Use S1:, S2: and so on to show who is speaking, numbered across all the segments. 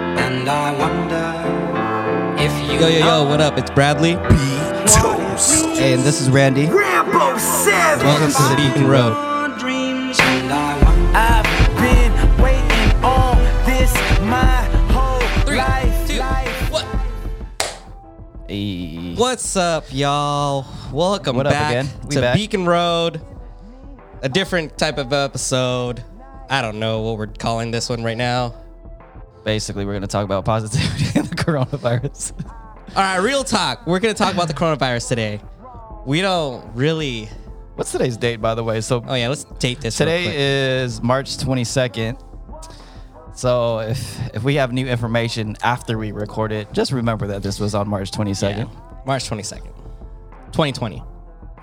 S1: And I wonder if you
S2: Yo, yo, yo, what up? It's Bradley.
S3: Hey, and this is Randy.
S4: Rambo 7.
S2: Welcome to the Beacon Road.
S4: Dreams.
S1: and I wonder
S4: I've been waiting on this my whole life. life.
S2: what? What's up, y'all? Welcome
S3: What up
S2: back
S3: again? We
S2: to
S3: back.
S2: Beacon Road. A different type of episode. I don't know what we're calling this one right now.
S3: Basically, we're gonna talk about positivity and the coronavirus.
S2: All right, real talk. We're going to talk about the coronavirus today. We don't really.
S3: What's today's date, by the way? So
S2: Oh, yeah, let's date this. real quick.
S3: today is March 22nd. So if if we have new information after we record it, just remember that this was on March 22nd.
S2: Yeah. March 22nd, 2020.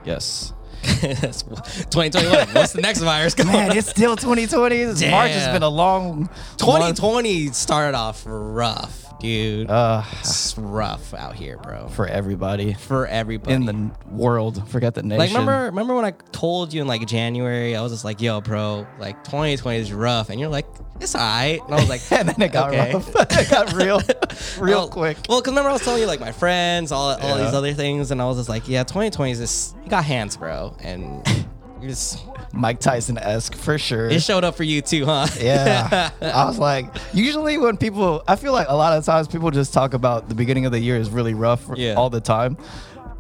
S3: Yes.
S2: That's 2021. What's the next virus? Come
S3: Man,
S2: on.
S3: it's still 2020. This March has
S2: Damn.
S3: been a long 2020.
S2: 2020 started off rough, dude.
S3: Uh,
S2: it's rough out here, bro. For,
S3: for everybody
S2: everybody.
S3: in the world. Forget the nation.
S2: like, remember, remember when I told you in like January, I was just like, "Yo, bro, like 2020 is rough," and you're like, "It's alright." And I was like,
S3: and then it got
S2: okay.
S3: rough. it got real, real
S2: Well-
S3: quick.
S2: Well, because remember I was telling you like my friends, all all
S3: Yeah.
S2: these other things, and I was just like, "Yeah, 2020 is just you got hands, bro," and you just
S3: Mike Tyson esque for sure.
S2: it showed up for you too, huh?
S3: Yeah. I was like, usually when people, I feel like a lot of times people just talk about the beginning of the year is really rough
S2: Yeah.
S3: all the time.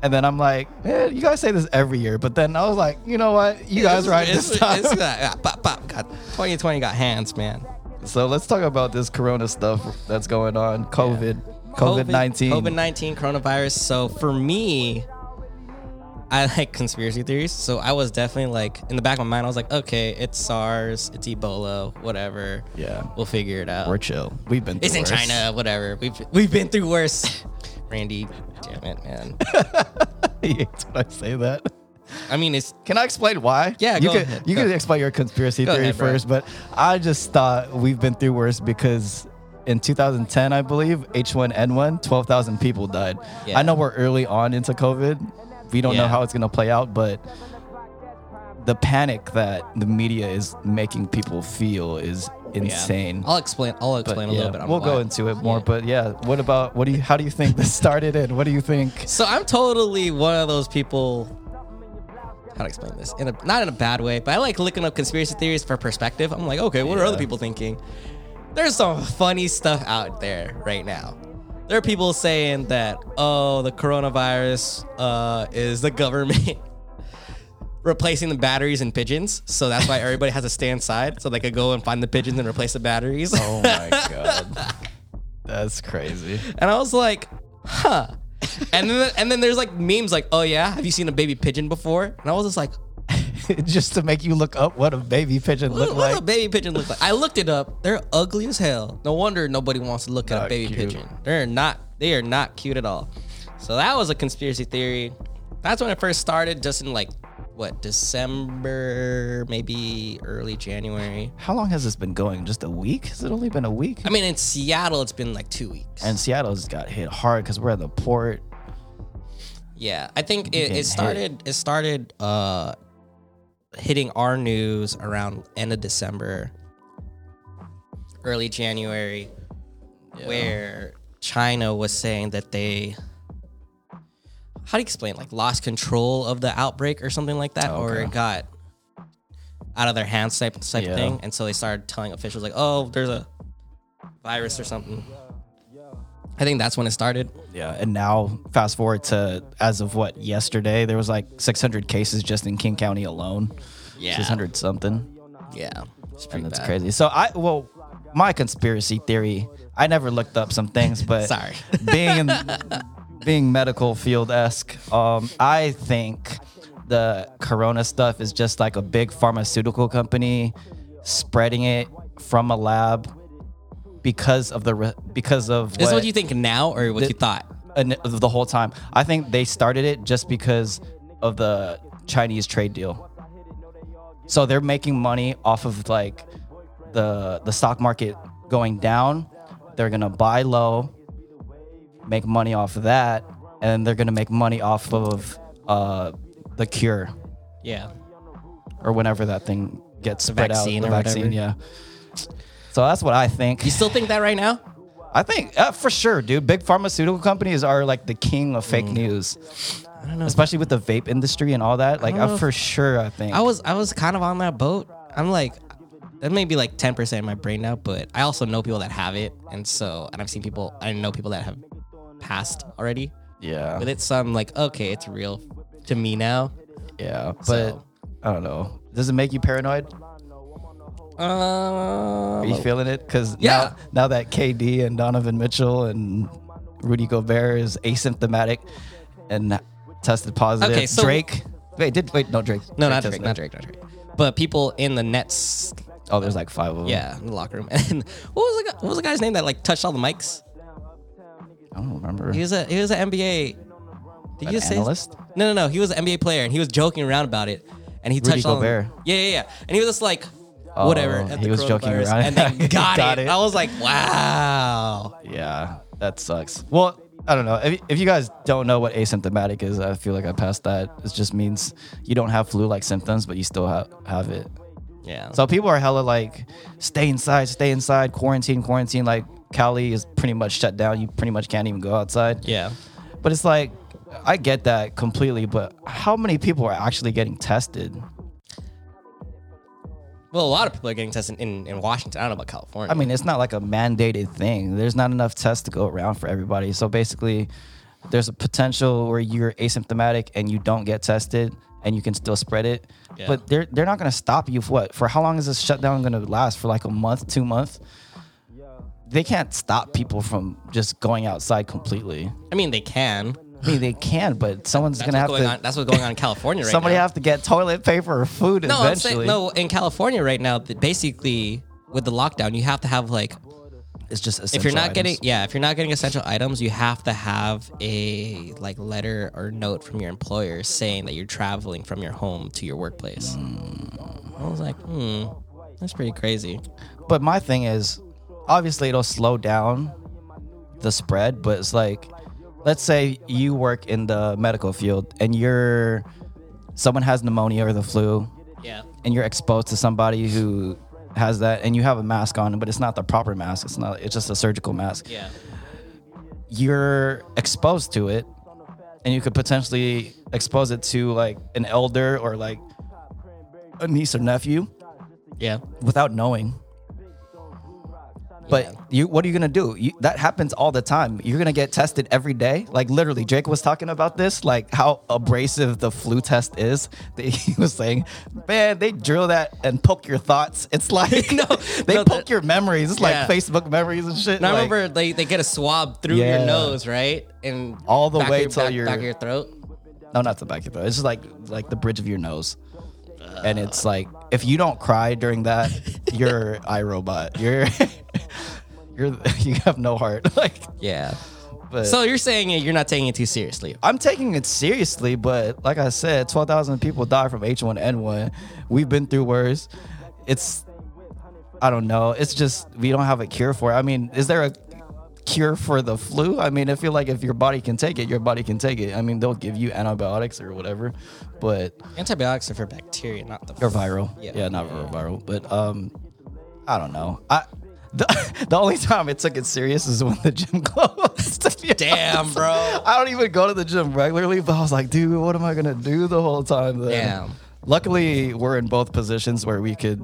S3: And then I'm like, eh, you guys say this every year. But then I was like, you know what? You guys
S2: It's-
S3: right
S2: it's-
S3: this time.
S2: it's that- yeah, pop, pop, got, 2020 got hands, man.
S3: so let's talk about this corona stuff that's going on COVID, COVID 19.
S2: COVID 19, coronavirus. So for me, I like conspiracy theories. So I was definitely like, in the back of my mind, I was like, okay, it's SARS, it's Ebola, whatever.
S3: Yeah.
S2: We'll figure it out.
S3: We're chill. We've been
S2: it's
S3: through
S2: in
S3: worse.
S2: China, whatever. We've, we've been through worse. Randy, damn it, man.
S3: He hates when I say that.
S2: I mean, it's
S3: Can I explain why?
S2: Yeah,
S3: you
S2: go
S3: could
S2: ahead.
S3: you
S2: Go.
S3: could explain your conspiracy
S2: Go
S3: theory
S2: ahead, bro.
S3: first, but I just thought we've been through worse because in 2010, I believe H1N1, 12,000 people died.
S2: Yeah.
S3: I know we're early on into COVID. We don't know
S2: Yeah.
S3: how it's gonna play out, but the panic that the media is making people feel is
S2: yeah.
S3: insane.
S2: I'll explain. I'll explain a
S3: yeah,
S2: little bit. on
S3: we'll go
S2: why.
S3: into it more, but yeah, what about what do you how do you think this started and what do you think?
S2: So I'm totally one of those people. How to explain this? In a, not in a bad way, but I like looking up conspiracy theories for perspective. I'm like, okay, what are
S3: Yeah.
S2: other people thinking? There's some funny stuff out there right now. There are people saying that, oh, the coronavirus uh, is the government replacing the batteries in pigeons. So that's why everybody has to stay inside so they could go and find the pigeons and replace the batteries.
S3: Oh my god. That's crazy.
S2: And I was like, huh. And then and then there's like memes like, oh yeah, have you seen a baby pigeon before? And I was just like,
S3: just to make you look up what a baby pigeon
S2: what,
S3: looked
S2: what does
S3: like.
S2: a baby pigeon look like? I looked it up. They're ugly as hell. No wonder nobody wants to look at a
S3: Not
S2: baby
S3: cute.
S2: pigeon. They're not they are not cute at all. So that was a conspiracy theory. That's when it first started, just in like what December, maybe early January.
S3: How long has this been going? Just a week? Has it only been a week?
S2: I mean, in Seattle, it's been like two weeks.
S3: and Seattle's got hit hard because we're at the port.
S2: Yeah, I think it,
S3: getting
S2: it
S3: hit.
S2: started. It started uh, hitting our news around end of December, early January, where China was saying that they, how do you explain, like lost control of the outbreak or something like that, or
S3: Okay.
S2: it got out of their hands type type
S3: Yeah.
S2: thing, and so they started telling officials like, oh, there's a virus or something. I think that's when it started.
S3: Yeah. And now, fast forward to as of what yesterday, there was like 600 cases just in King County alone.
S2: Yeah.
S3: 600 something.
S2: Yeah, it's pretty
S3: And that's
S2: bad.
S3: crazy. So I well, my conspiracy theory. I never looked up some things, but
S2: Sorry.
S3: being in, being medical field esque, um, I think the corona stuff is just like a big pharmaceutical company spreading it from a lab because of the re- because of
S2: This is what you think now or what you thought?
S3: an- the whole time. I think they started it just because of the Chinese trade deal. So they're making money off of like the the stock market going down. They're gonna buy low, make money off of that, and then they're gonna make money off of uh, the cure
S2: Yeah.
S3: or whenever that thing gets spread
S2: vaccine
S3: out.
S2: or
S3: The vaccine,
S2: whatever.
S3: yeah. So that's what I think.
S2: You still think that right now?
S3: I think uh, for sure, dude. Big pharmaceutical companies are like the king of fake news,
S2: Mm. I don't know.
S3: especially with the vape industry and all that. Like,
S2: don't know
S3: I
S2: if-
S3: for sure, I think.
S2: I was I was kind of on that boat. I'm like that may be like 10% of my brain now, but I also know people that have it. And so and I've seen people I know people that have passed already.
S3: yeah,
S2: But it's I'm like, okay, it's real to me now.
S3: yeah. But
S2: So-
S3: I don't know. Does it make you paranoid? Are you
S2: Um,
S3: feeling it? Because
S2: Yeah.
S3: now, now that KD and Donovan Mitchell and Rudy Gobert is asymptomatic and tested positive.
S2: Okay, so-
S3: Drake. Wait, did wait? No, Drake.
S2: no, not Drake,
S3: tested
S2: not
S3: it.
S2: Drake, not Drake. But people in the Nets
S3: Oh, there's like five of them.
S2: yeah, in the locker room. And what was the guy, what was the guy's name that like touched all the mics?
S3: I don't remember.
S2: He was a he was an NBA Did
S3: An
S2: you just say
S3: analyst?
S2: No, no, no. He was an NBA player, and he was joking around about it, and he
S3: Rudy
S2: touched on.
S3: Gobert.
S2: Yeah, yeah, yeah. And he was just like,
S3: Oh,
S2: whatever. at
S3: he
S2: the
S3: was joking
S2: coronavirus,
S3: around.
S2: and then got,
S3: Got
S2: it.
S3: it.
S2: I was like, wow.
S3: Yeah, that sucks. Well, I don't know. If, if you guys don't know what asymptomatic is, I feel like I passed that. It just means you don't have flu like symptoms, but you still have, have it.
S2: Yeah. So
S3: So people are hella like, stay inside, stay inside, quarantine, quarantine. Like Cali is pretty much shut down. You pretty much can't even go outside.
S2: yeah,
S3: But it's like, I get that completely, but how many people are actually getting tested?
S2: well, a lot of people are getting tested in, in Washington. I don't know about California.
S3: I mean, it's not like a mandated thing. There's not enough tests to go around for everybody. So basically, there's a potential where you're asymptomatic and you don't get tested and you can still spread it.
S2: Yeah.
S3: But they're they're not going to stop you for what? For how long is this shutdown going to last? For like a month, two months? They can't stop people from just going outside completely.
S2: I mean, they can.
S3: I mean, they can, but someone's
S2: That's
S3: gonna
S2: what's
S3: have
S2: going
S3: to.
S2: on. That's what's going on in California right
S3: somebody
S2: now.
S3: have to get toilet paper or food
S2: no, I'm
S3: eventually.
S2: saying no. In California right now, th- basically with the lockdown, you have to have like
S3: it's just
S2: if you're
S3: essential
S2: not
S3: items.
S2: getting yeah if you're not getting essential items you have to have a like letter or note from your employer saying that you're traveling from your home to your workplace i was like hmm that's pretty crazy
S3: But my thing is, obviously, it'll slow down the spread. But it's like, let's say you work in the medical field and you're someone has pneumonia or the flu,
S2: yeah
S3: and you're exposed to somebody who has that, and you have a mask on, but it's not the proper mask. It's not. It's just a surgical mask.
S2: yeah
S3: You're exposed to it, and you could potentially expose it to like an elder or like a niece or nephew
S2: yeah
S3: without knowing. But
S2: Yeah.
S3: you, what are you gonna do? You, that happens all the time. You're gonna get tested every day. Like literally, Drake was talking about this, like how abrasive the flu test is. That He was saying, "Man, they drill that and poke your thoughts. It's like
S2: No,
S3: they
S2: no,
S3: poke
S2: that-
S3: your memories. It's
S2: Yeah.
S3: like Facebook memories and shit.
S2: and i
S3: like,
S2: remember they, they get a swab through
S3: Yeah.
S2: your nose right and
S3: All the
S2: back of
S3: way
S2: your-
S3: till
S2: back-
S3: your-
S2: back of your throat
S3: No, not the back of your throat. It's just like like the bridge of your nose. And it's like if you don't cry during that, you're iRobot. You're you're you have no heart. Like,
S2: yeah
S3: but
S2: so you're saying it, you're not taking it too seriously
S3: I'm taking it seriously, but like I said, 12,000 people died from H1N1. We've been through worse. It's, I don't know. It's just, we don't have a cure for it. I mean, is there a cure for the flu? I mean, I feel like if your body can take it, your body can take it. I mean, they'll give you antibiotics or whatever, but
S2: antibiotics are for bacteria not the
S3: or viral.
S2: Yeah.
S3: Yeah, not viral, viral. But um, I don't know. I the, the only time I took it serious is when the gym closed. to be
S2: Damn,
S3: honest.
S2: bro.
S3: I don't even go to the gym regularly, but I was like, dude, what am I gonna do the whole time? Then?
S2: Damn.
S3: Luckily, we're in both positions where we could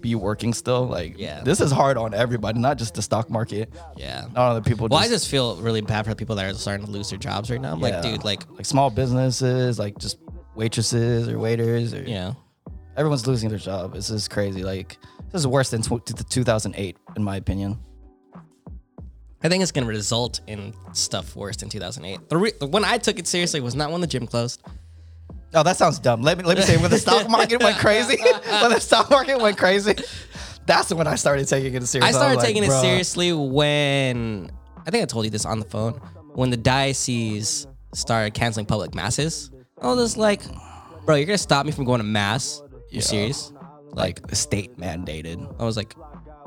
S3: be working still. Like,
S2: Yeah.
S3: this is hard on everybody, not just the stock market.
S2: yeah
S3: Not on the people.
S2: well, I
S3: just,
S2: just feel really bad for the people that are starting to lose their jobs right now. I'm like,
S3: yeah,
S2: dude, like,
S3: like small businesses, like just waitresses or waiters or
S2: you know,
S3: everyone's losing their job. This is crazy. Like this is worse than tw- t- 2008, in my opinion.
S2: I think it's going to result in stuff worse than 2008. The, re- the one I took it seriously was not when the gym closed.
S3: Oh, that sounds dumb. Let me let me say when the stock market went crazy, when the stock market went crazy, that's when I started taking it seriously.
S2: I started
S3: was like,
S2: taking it
S3: "Bruh."
S2: seriously when I think I told you this on the phone when the diocese started canceling public masses. I was just like, bro, you're going to stop me from going to mass? You
S3: Yeah.
S2: serious? Like,
S3: Like state mandated.
S2: I was like,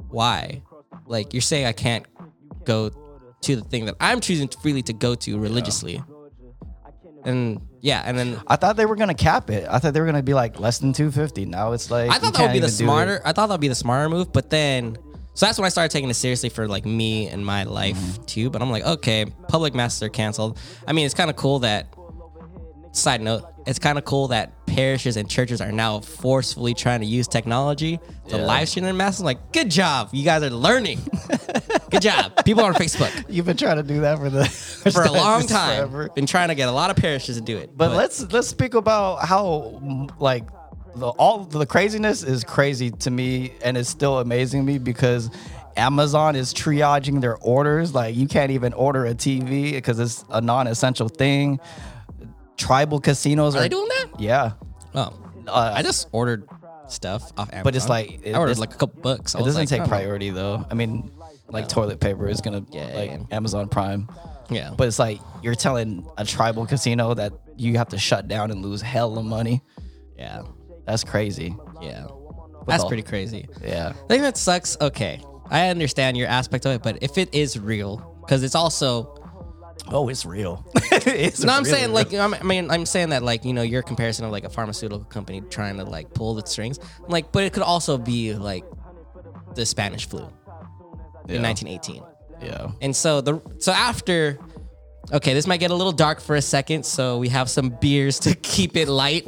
S2: why? Like, you're saying I can't go to the thing that I'm choosing freely to go to religiously. And yeah, and then
S3: I thought they were gonna cap it. I thought they were gonna be like less than 250. Now it's like
S2: I
S3: you
S2: thought that
S3: can't
S2: would be the
S3: even do it.
S2: smarter. I thought that would be the smarter move, but then So that's when I started taking it seriously for like me and my life
S3: Mm-hmm.
S2: too. But I'm like, okay, public master canceled. I mean, it's kind of cool that. Side note, it's kind of cool that parishes and churches are now forcefully trying to use technology to
S3: Yeah.
S2: live stream their mass. I'm like, good job, you guys are learning. good job, people on Facebook
S3: You've been trying to do that for the
S2: for a long time.
S3: forever.
S2: Been trying to get a lot of parishes to do it.
S3: But let's let's speak about how mm, like the, all the craziness is crazy to me, and it's still amazing me because Amazon is triaging their orders. Like you can't even order a TV because it's a non-essential thing. Tribal casinos are,
S2: are they doing that?
S3: Yeah,
S2: Oh,
S3: Uh,
S2: I just ordered stuff off Amazon.
S3: But it's like- it-
S2: I ordered
S3: it's-
S2: like a couple books. I
S3: it
S2: was
S3: doesn't
S2: like,
S3: take
S2: oh,
S3: priority though. I mean, like toilet paper is gonna like Amazon Prime.
S2: Yeah,
S3: But it's like you're telling a tribal casino that you have to shut down and lose hell of money.
S2: yeah,
S3: That's crazy.
S2: yeah. That's
S3: all-
S2: pretty crazy.
S3: Yeah.
S2: The thing that sucks. Okay, I understand your aspect of it, but if it is real, because it's also
S3: Oh, it's real.
S2: no, I'm saying like I'm, I mean I'm saying that like you know your comparison of like a pharmaceutical company trying to like pull the strings, I'm like, but it could also be like the Spanish flu in 1918.
S3: Yeah.
S2: And so the so after okay, this might get a little dark for a second, so we have some beers to keep it light.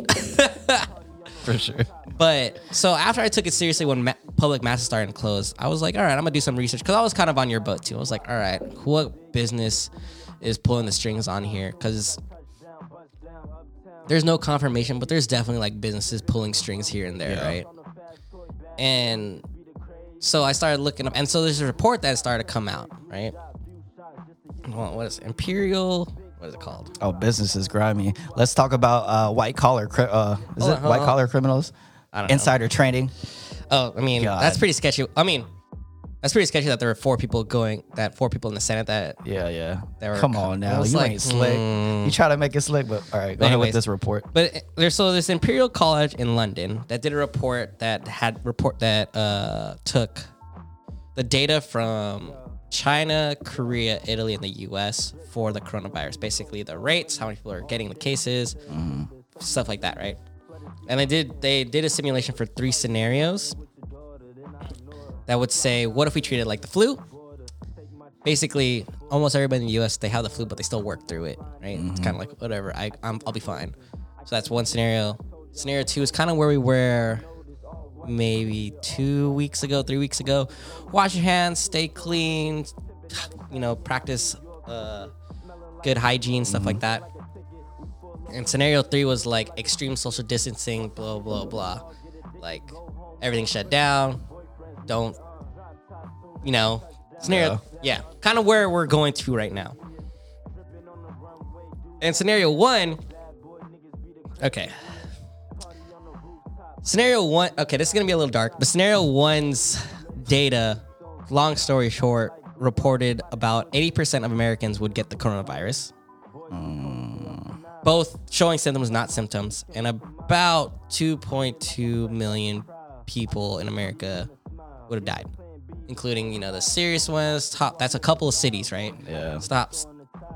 S3: For sure.
S2: but so after I took it seriously when ma- public masses started to close, I was like, all right, I'm gonna do some research because I was kind of on your boat too. I was like, all right, what business is pulling the strings on here? Because there's no confirmation, but there's definitely like businesses pulling strings here and there,
S3: Yeah.
S2: right? And so I started looking up, and so there's a report that started to come out, right? Hold on, what is it? Imperial? What is it called?
S3: Oh, business is grimy. Let's talk about uh, white collar. Cri- uh, is
S2: Hold
S3: it
S2: on, hold
S3: white
S2: on.
S3: collar criminals?
S2: I don't know.
S3: Insider trading.
S2: Oh, I mean,
S3: God.
S2: that's pretty sketchy. I mean, that's pretty sketchy that there were four people going, that four people in the Senate that.
S3: Yeah, yeah.
S2: They were
S3: Come
S2: co-
S3: on
S2: I
S3: now,
S2: was
S3: you
S2: like,
S3: ain't slick. Mm. You try to make it slick, but all right, go ahead with
S2: Anyways.
S3: this report.
S2: But it- there's so this Imperial College in London that did a report that had report that uh, took the data from China, Korea, Italy, and the U.S. for the coronavirus. Basically, the rates, how many people are getting the cases, stuff like that, right? And they did they did a simulation for three scenarios that would say, what if we treat it like the flu? Basically, almost everybody in the U.S. they have the flu, but they still work through it, right? It's kind of like whatever, I I'm, I'll be fine. So that's one scenario. Scenario two is kind of where we were maybe two weeks ago, three weeks ago. Wash your hands, stay clean, you know, practice uh, good hygiene, stuff like that. And scenario three was like extreme social distancing, blah, blah, blah. Like everything shut down. Don't, you know, scenario, yeah, kind of where we're going to right now. And scenario one, okay. Scenario one, okay, this is gonna be a little dark, but scenario one's data, long story short, reported about 80% of Americans would get the coronavirus, both showing symptoms, not symptoms, and about 2.2 million people in America would have died, including, you know, the serious ones. Top, that's a couple of cities, right?
S3: Yeah.
S2: stops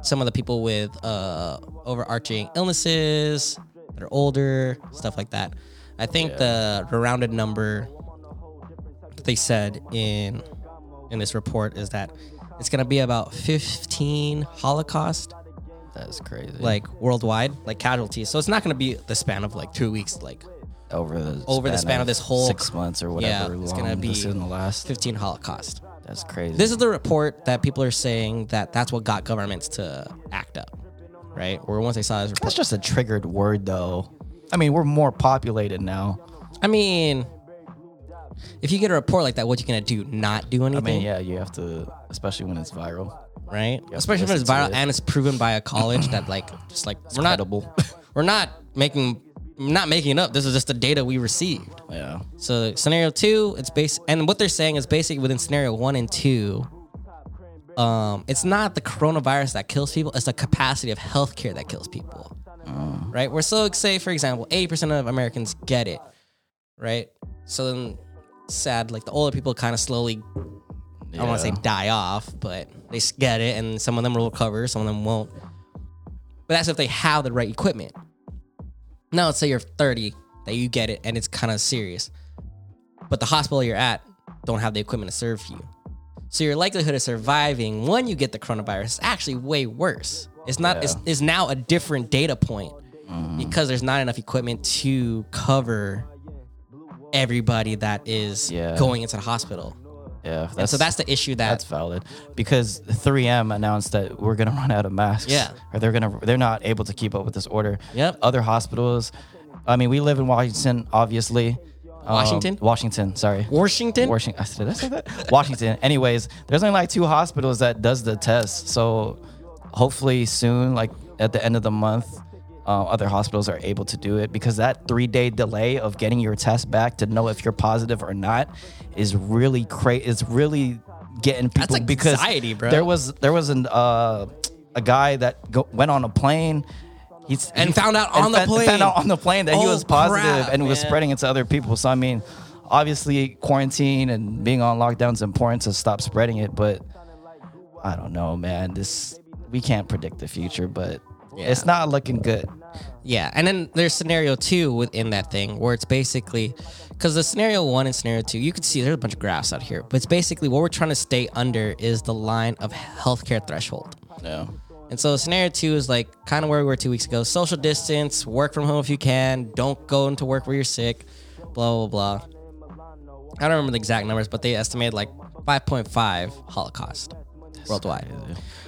S2: some of the people with uh, overarching illnesses that are older, stuff like that. I think the rounded number that they said in in this report is that it's gonna be about 15 Holocaust
S3: That's crazy.
S2: like worldwide like casualties. So it's not gonna be the span of like two weeks, like
S3: over the
S2: over the span of this whole-
S3: six months or whatever.
S2: Yeah,
S3: long
S2: it's gonna be
S3: this is the last.
S2: 15 Holocaust.
S3: That's crazy.
S2: This is the report that people are saying that that's what got governments to act up, right? Or once they saw this report,
S3: That's just a triggered word, though. I mean, we're more populated now.
S2: I mean, if you get a report like that, what you gonna do? Not do
S3: I
S2: anything,
S3: mean, yeah, you have to, especially when it's viral.
S2: right?
S3: have
S2: Especially if
S3: to
S2: it's
S3: listen to
S2: viral
S3: it.
S2: and it's proven by a college that like just like we're not
S3: credible.
S2: we're not making not making it up. This is just the data we received.
S3: Yeah.
S2: So scenario two, it's based, and what they're saying is basically within scenario one and two, um, it's not the coronavirus that kills people; it's the capacity of healthcare that kills people. Right? We're so say, for example, eighty percent of Americans get it, right? So then, sad, like the older people kind of slowly, I don't want to
S3: Yeah.
S2: say die off, but they s- get it, and some of them will recover, some of them won't. But that's if they have the right equipment. Now, let's say you're 30 that you get it and it's kind of serious, but the hospital you're at don't have the equipment to serve you. So your likelihood of surviving when you get the coronavirus is actually way worse. It's not. It's, it's now a different data point
S3: Mm-hmm.
S2: because there's not enough equipment to cover everybody that is
S3: Yeah.
S2: going into the hospital.
S3: Yeah,
S2: And so that's the issue that
S3: That's valid because 3M announced that we're gonna run out of masks.
S2: Yeah.
S3: or they're gonna they're not able to keep up with this order.
S2: Yep.
S3: Other hospitals, I mean, we live in Washington, obviously. Um,
S2: Washington?
S3: Washington. Sorry.
S2: Washington.
S3: Washington. Did I say that? Washington. Anyways, there's only like two hospitals that does the test. So hopefully soon, like at the end of the month, uh, other hospitals are able to do it because that three day delay of getting your test back to know if you're positive or not is really crazy. It's really getting people
S2: That's anxiety,
S3: because
S2: bro.
S3: there was there was an uh, a guy that go, went on a plane. He's,
S2: And found out on the
S3: found-
S2: plane.
S3: Found out on the plane that he
S2: Oh,
S3: was positive
S2: crap,
S3: and was
S2: man.
S3: spreading it to other people. So I mean, obviously quarantine and being on lockdown is important to stop spreading it, but I don't know, man. This we can't predict the future, but it's not looking good.
S2: Yeah, and then there's scenario two within that thing where it's basically because the scenario one and scenario two, you can see there's a bunch of graphs out here, but it's basically what we're trying to stay under is the line of healthcare threshold.
S3: No.
S2: And so scenario two is like kind of where we were two weeks ago: social distance, work from home if you can, don't go into work where you're sick, blah blah blah. I don't remember the exact numbers, but they estimated like 5.5 Holocaust worldwide,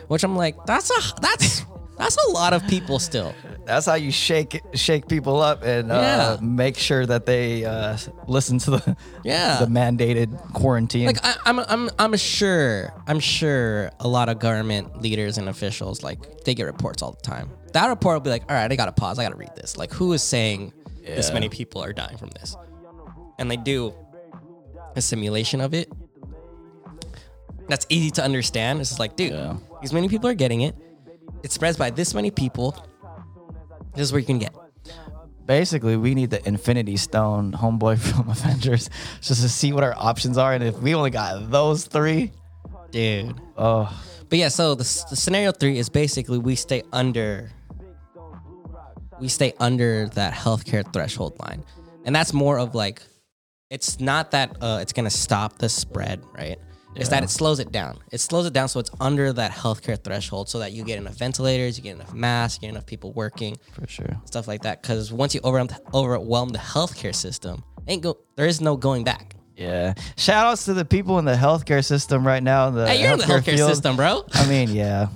S2: which I'm like, that's a that's that's a lot of people still.
S3: That's how you shake shake people up and uh,
S2: Yeah.
S3: make sure that they uh, listen to the
S2: Yeah.
S3: the mandated quarantine.
S2: like I, I'm, I'm, I'm sure, I'm sure a lot of government leaders and officials like they get reports all the time. That report will be like, all right, I gotta pause, I gotta read this. Like, who is saying this
S3: Yeah.
S2: many people are dying from this? And they do a simulation of it. That's easy to understand. It's just like, dude,
S3: Yeah.
S2: these many people are getting it. It spreads by this many people. This is where you can get.
S3: Basically, we need the Infinity Stone, homeboy from Avengers, just to see what our options are. And if we only got those three,
S2: Dude.
S3: oh,
S2: But yeah, so the, s- the scenario three is basically we stay under, we stay under that healthcare threshold line, and that's more of like, it's not that uh, it's gonna stop the spread, right? It's that it slows it down. It slows it down so it's under that healthcare threshold, so that you get enough ventilators, you get enough masks, you get enough people working,
S3: for sure.
S2: stuff like that. Because once you overwhelm overwhelm the healthcare system, ain't go there is no going back.
S3: Yeah. Shout outs to the people in the healthcare system right now. in The
S2: Hey, you're in the healthcare
S3: field.
S2: system, bro.
S3: I mean, yeah.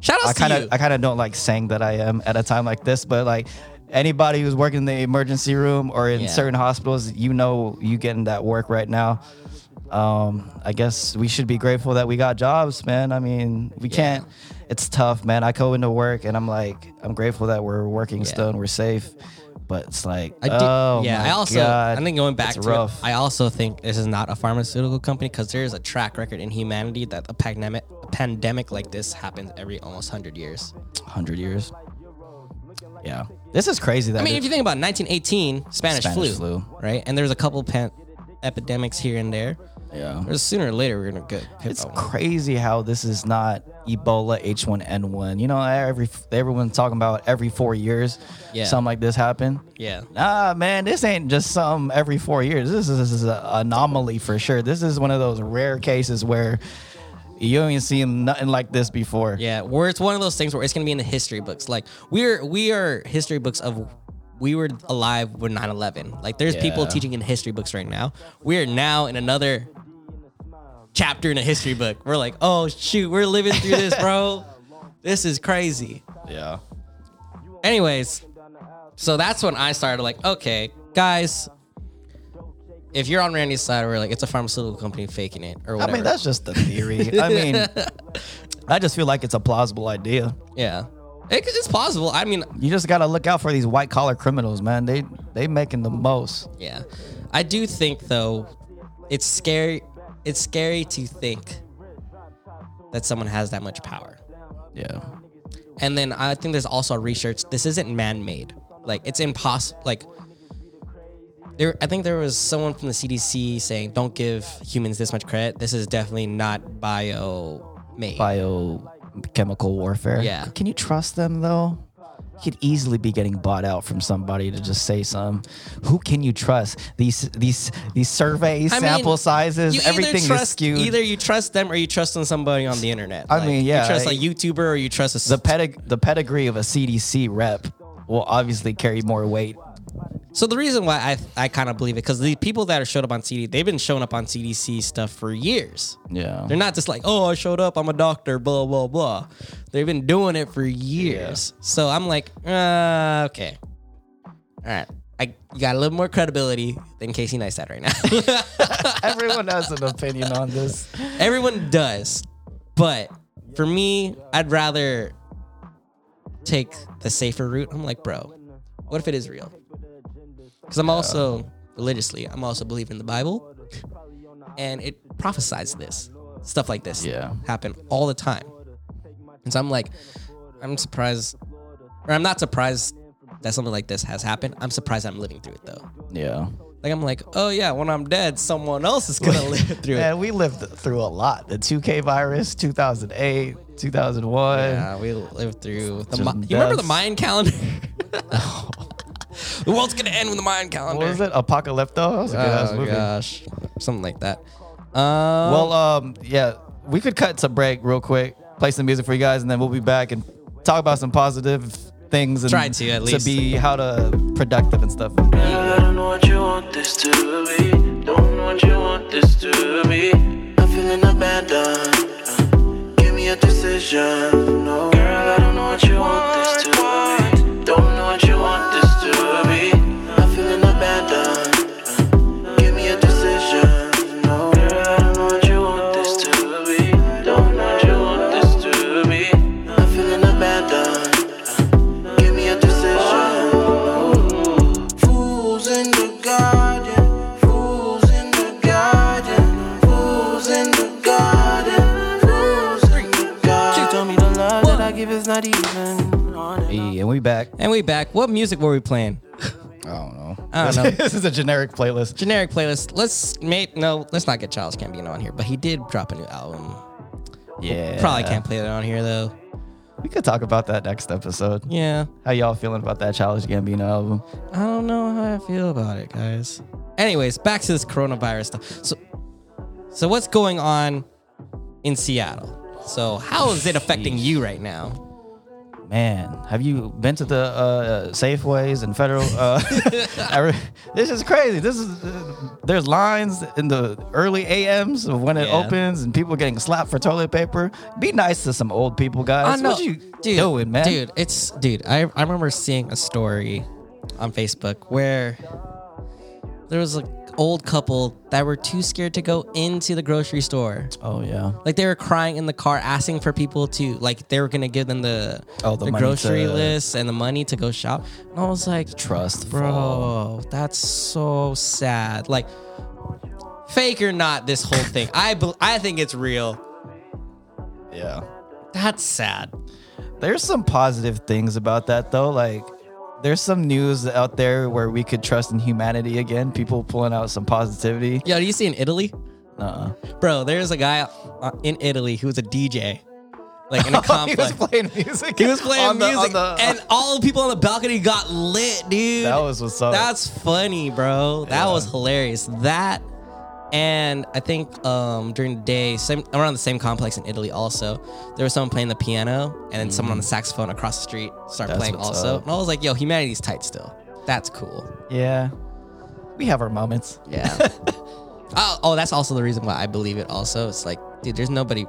S2: Shout
S3: I
S2: out
S3: kind
S2: to you.
S3: of, I kind of don't like saying that I am at a time like this, but like anybody who's working in the emergency room or in
S2: Yeah.
S3: certain hospitals, you know, you getting that work right now. Um, I guess we should be grateful that we got jobs, man. I mean, we can't. It's tough, man. I go into work and I'm like, I'm grateful that we're working still and we're safe, but it's like,
S2: I do,
S3: oh
S2: yeah,
S3: my
S2: I also
S3: God,
S2: I think going back
S3: it's
S2: to
S3: rough.
S2: it, I also think this is not a pharmaceutical company because there is a track record in humanity that a pandemic a pandemic like this happens every almost hundred years.
S3: 100 years. Yeah. This is crazy that
S2: I mean,
S3: it-
S2: if you think about 1918 Spanish,
S3: Spanish
S2: flu,
S3: flu.
S2: right? And there's a couple pan- epidemics here and there.
S3: yeah.
S2: There's sooner or later we're gonna get hit
S3: It's
S2: by one.
S3: crazy how this is not Ebola H1N1. You know, every everyone's talking about every 4 years
S2: Yeah.
S3: something like this happen.
S2: Yeah.
S3: Nah, man, this ain't just some every 4 years. This is this is an anomaly for sure. This is one of those rare cases where you ain't seen nothing like this before.
S2: Yeah, where it's one of those things where it's gonna be in the history books. Like we're we are history books of we were alive when 9-11. Like there's people
S3: Yeah.
S2: teaching in history books right now. We're now in another chapter in a history book. We're like, oh shoot, we're living through this, bro. this is crazy.
S3: Yeah.
S2: Anyways, so that's when I started like, okay, guys, if you're on Randy's side, we're like, it's a pharmaceutical company faking it or whatever.
S3: I mean, that's just the theory. I mean, I just feel like it's a plausible idea.
S2: yeah. It- it's possible. I mean,
S3: You just gotta look out for these white collar criminals, man. They they making the most.
S2: Yeah. I do think though it's scary it's scary to think that someone has that much power.
S3: Yeah.
S2: And then I think there's also research this isn't man-made. Like it's impossible like there I think there was someone from the CDC saying don't give humans this much credit. This is definitely not bio made.
S3: Biochemical warfare.
S2: Yeah.
S3: Can you trust them though? he could easily be getting bought out from somebody to just say some. Who can you trust? These these these surveys,
S2: I mean,
S3: sample sizes,
S2: you either
S3: everything
S2: trust,
S3: is skewed.
S2: Either you trust them or you trust on somebody on the internet.
S3: I mean, yeah,
S2: you trust
S3: like-
S2: a YouTuber or you trust a s-
S3: the pedig- the pedigree of a CDC rep will obviously carry more weight.
S2: So the reason why I I kind of believe it because the people that are showed up on CD, they've been showing up on CDC stuff for years.
S3: Yeah.
S2: They're not just like, oh, I showed up, I'm a doctor, blah blah blah. They've been doing it for years. So I'm like, uh, okay, all right. I you got a little more credibility than Casey Neistat right now.
S3: Everyone has an opinion on this.
S2: Everyone does, but for me, I'd rather take the safer route. I'm like, bro, what if it is real? Because I'm also religiously, I'm also believing in the Bible, and it prophesies this stuff like this.
S3: Yeah.
S2: happen all the time, and so I'm like, I'm surprised, or I'm not surprised that something like this has happened. I'm surprised I'm living through it though.
S3: Yeah.
S2: Like I'm like, oh yeah, when I'm dead, someone else is gonna live through it.
S3: Man, we lived through a lot. The 2K virus, 2008, 2001.
S2: Yeah, Uh, we lived through the.
S3: Just
S2: Ma- you remember the
S3: deaths.
S2: Mayan calendar? the world's gonna end with the Mayan calendar.
S3: What was it? Apocalypto? That was a good ass
S2: Oh
S3: movie.
S2: gosh, something like that. Um,
S3: Well, um, yeah, we could cut to break real quick, play some music for you guys, and then we'll be back and talk about some positive things and
S2: Try to, at least.
S3: to be how to productive and stuff.
S5: I don't know what you want this to be. Don't know what you want this to be. I'm feeling abandoned. Uh, Give me a decision. No, girl, I don't know what you want this to be. Don't know what you want this to be. I'm feeling abandoned. Uh, Give me a decision. No, girl, I don't know what you want this to be. Don't know what you want this to be. I'm feeling abandoned. Uh, Give me a decision. Fools in the garden, fools in the garden, fools in the garden, fools in the garden. She told me the love that I give is not even on it.
S3: Hey, and we back.
S2: and we back. What music were we playing?
S3: I don't know.
S2: I don't know.
S3: this is a generic playlist.
S2: Generic playlist. Let's make no. Let's not get Charles Gambino on here, but he did drop a new album.
S3: Yeah.
S2: Probably can't play that on here though.
S3: We could talk about that next episode.
S2: Yeah,
S3: How y'all feeling about that Childish Gambino album?
S2: I don't know how I feel about it, guys. Anyways, back to this coronavirus stuff. So, so what's going on in Seattle? So, how is it affecting you right now?
S3: Man, have you been to the uh, Safeways and Federal? Uh, every- this is crazy. This is uh, there's lines in the early a.m.s of when it
S2: Yeah.
S3: opens and people getting slapped for toilet paper. Be nice to some old people,
S2: I
S3: guys.
S2: know,
S3: What you doing, man?
S2: Dude, it's dude. I I remember seeing a story on Facebook where there was an old couple that were too scared to go into the grocery store.
S3: Oh yeah.
S2: Like they were crying in the car, asking for people to like they were gonna give them the
S3: Oh, the money
S2: grocery
S3: to-
S2: list and the money to go shop. And I was like,
S3: Trust fall.
S2: bro, that's so sad. Like, fake or not, this whole thing, I bel I think it's real.
S3: Yeah.
S2: That's sad.
S3: There's some positive things about that though. Like there's some news out there where we could trust in humanity again. People pulling out some positivity.
S2: Yo, do you see in Italy,
S3: Uh-uh.
S2: bro? There's a guy uh, in Italy who was a DJ, like in a
S3: he
S2: complex.
S3: was playing music.
S2: He was playing
S3: on the- on
S2: music,
S3: the-
S2: and all the people on the balcony got lit, dude.
S3: That was what's up.
S2: That's funny, bro. That
S3: Oh. Yeah.
S2: was hilarious. That and I think um, during the day, same around the same complex in Italy, also there was someone playing the piano, and then someone on the saxophone across the street started
S3: Mm. That's
S2: playing
S3: what's
S2: also.
S3: up.
S2: And I was like, "Yo, humanity's tight still. That's cool."
S3: yeah. We have our moments.
S2: Yeah. oh, oh, that's also the reason why I believe it. Also, it's like, dude, there's nobody.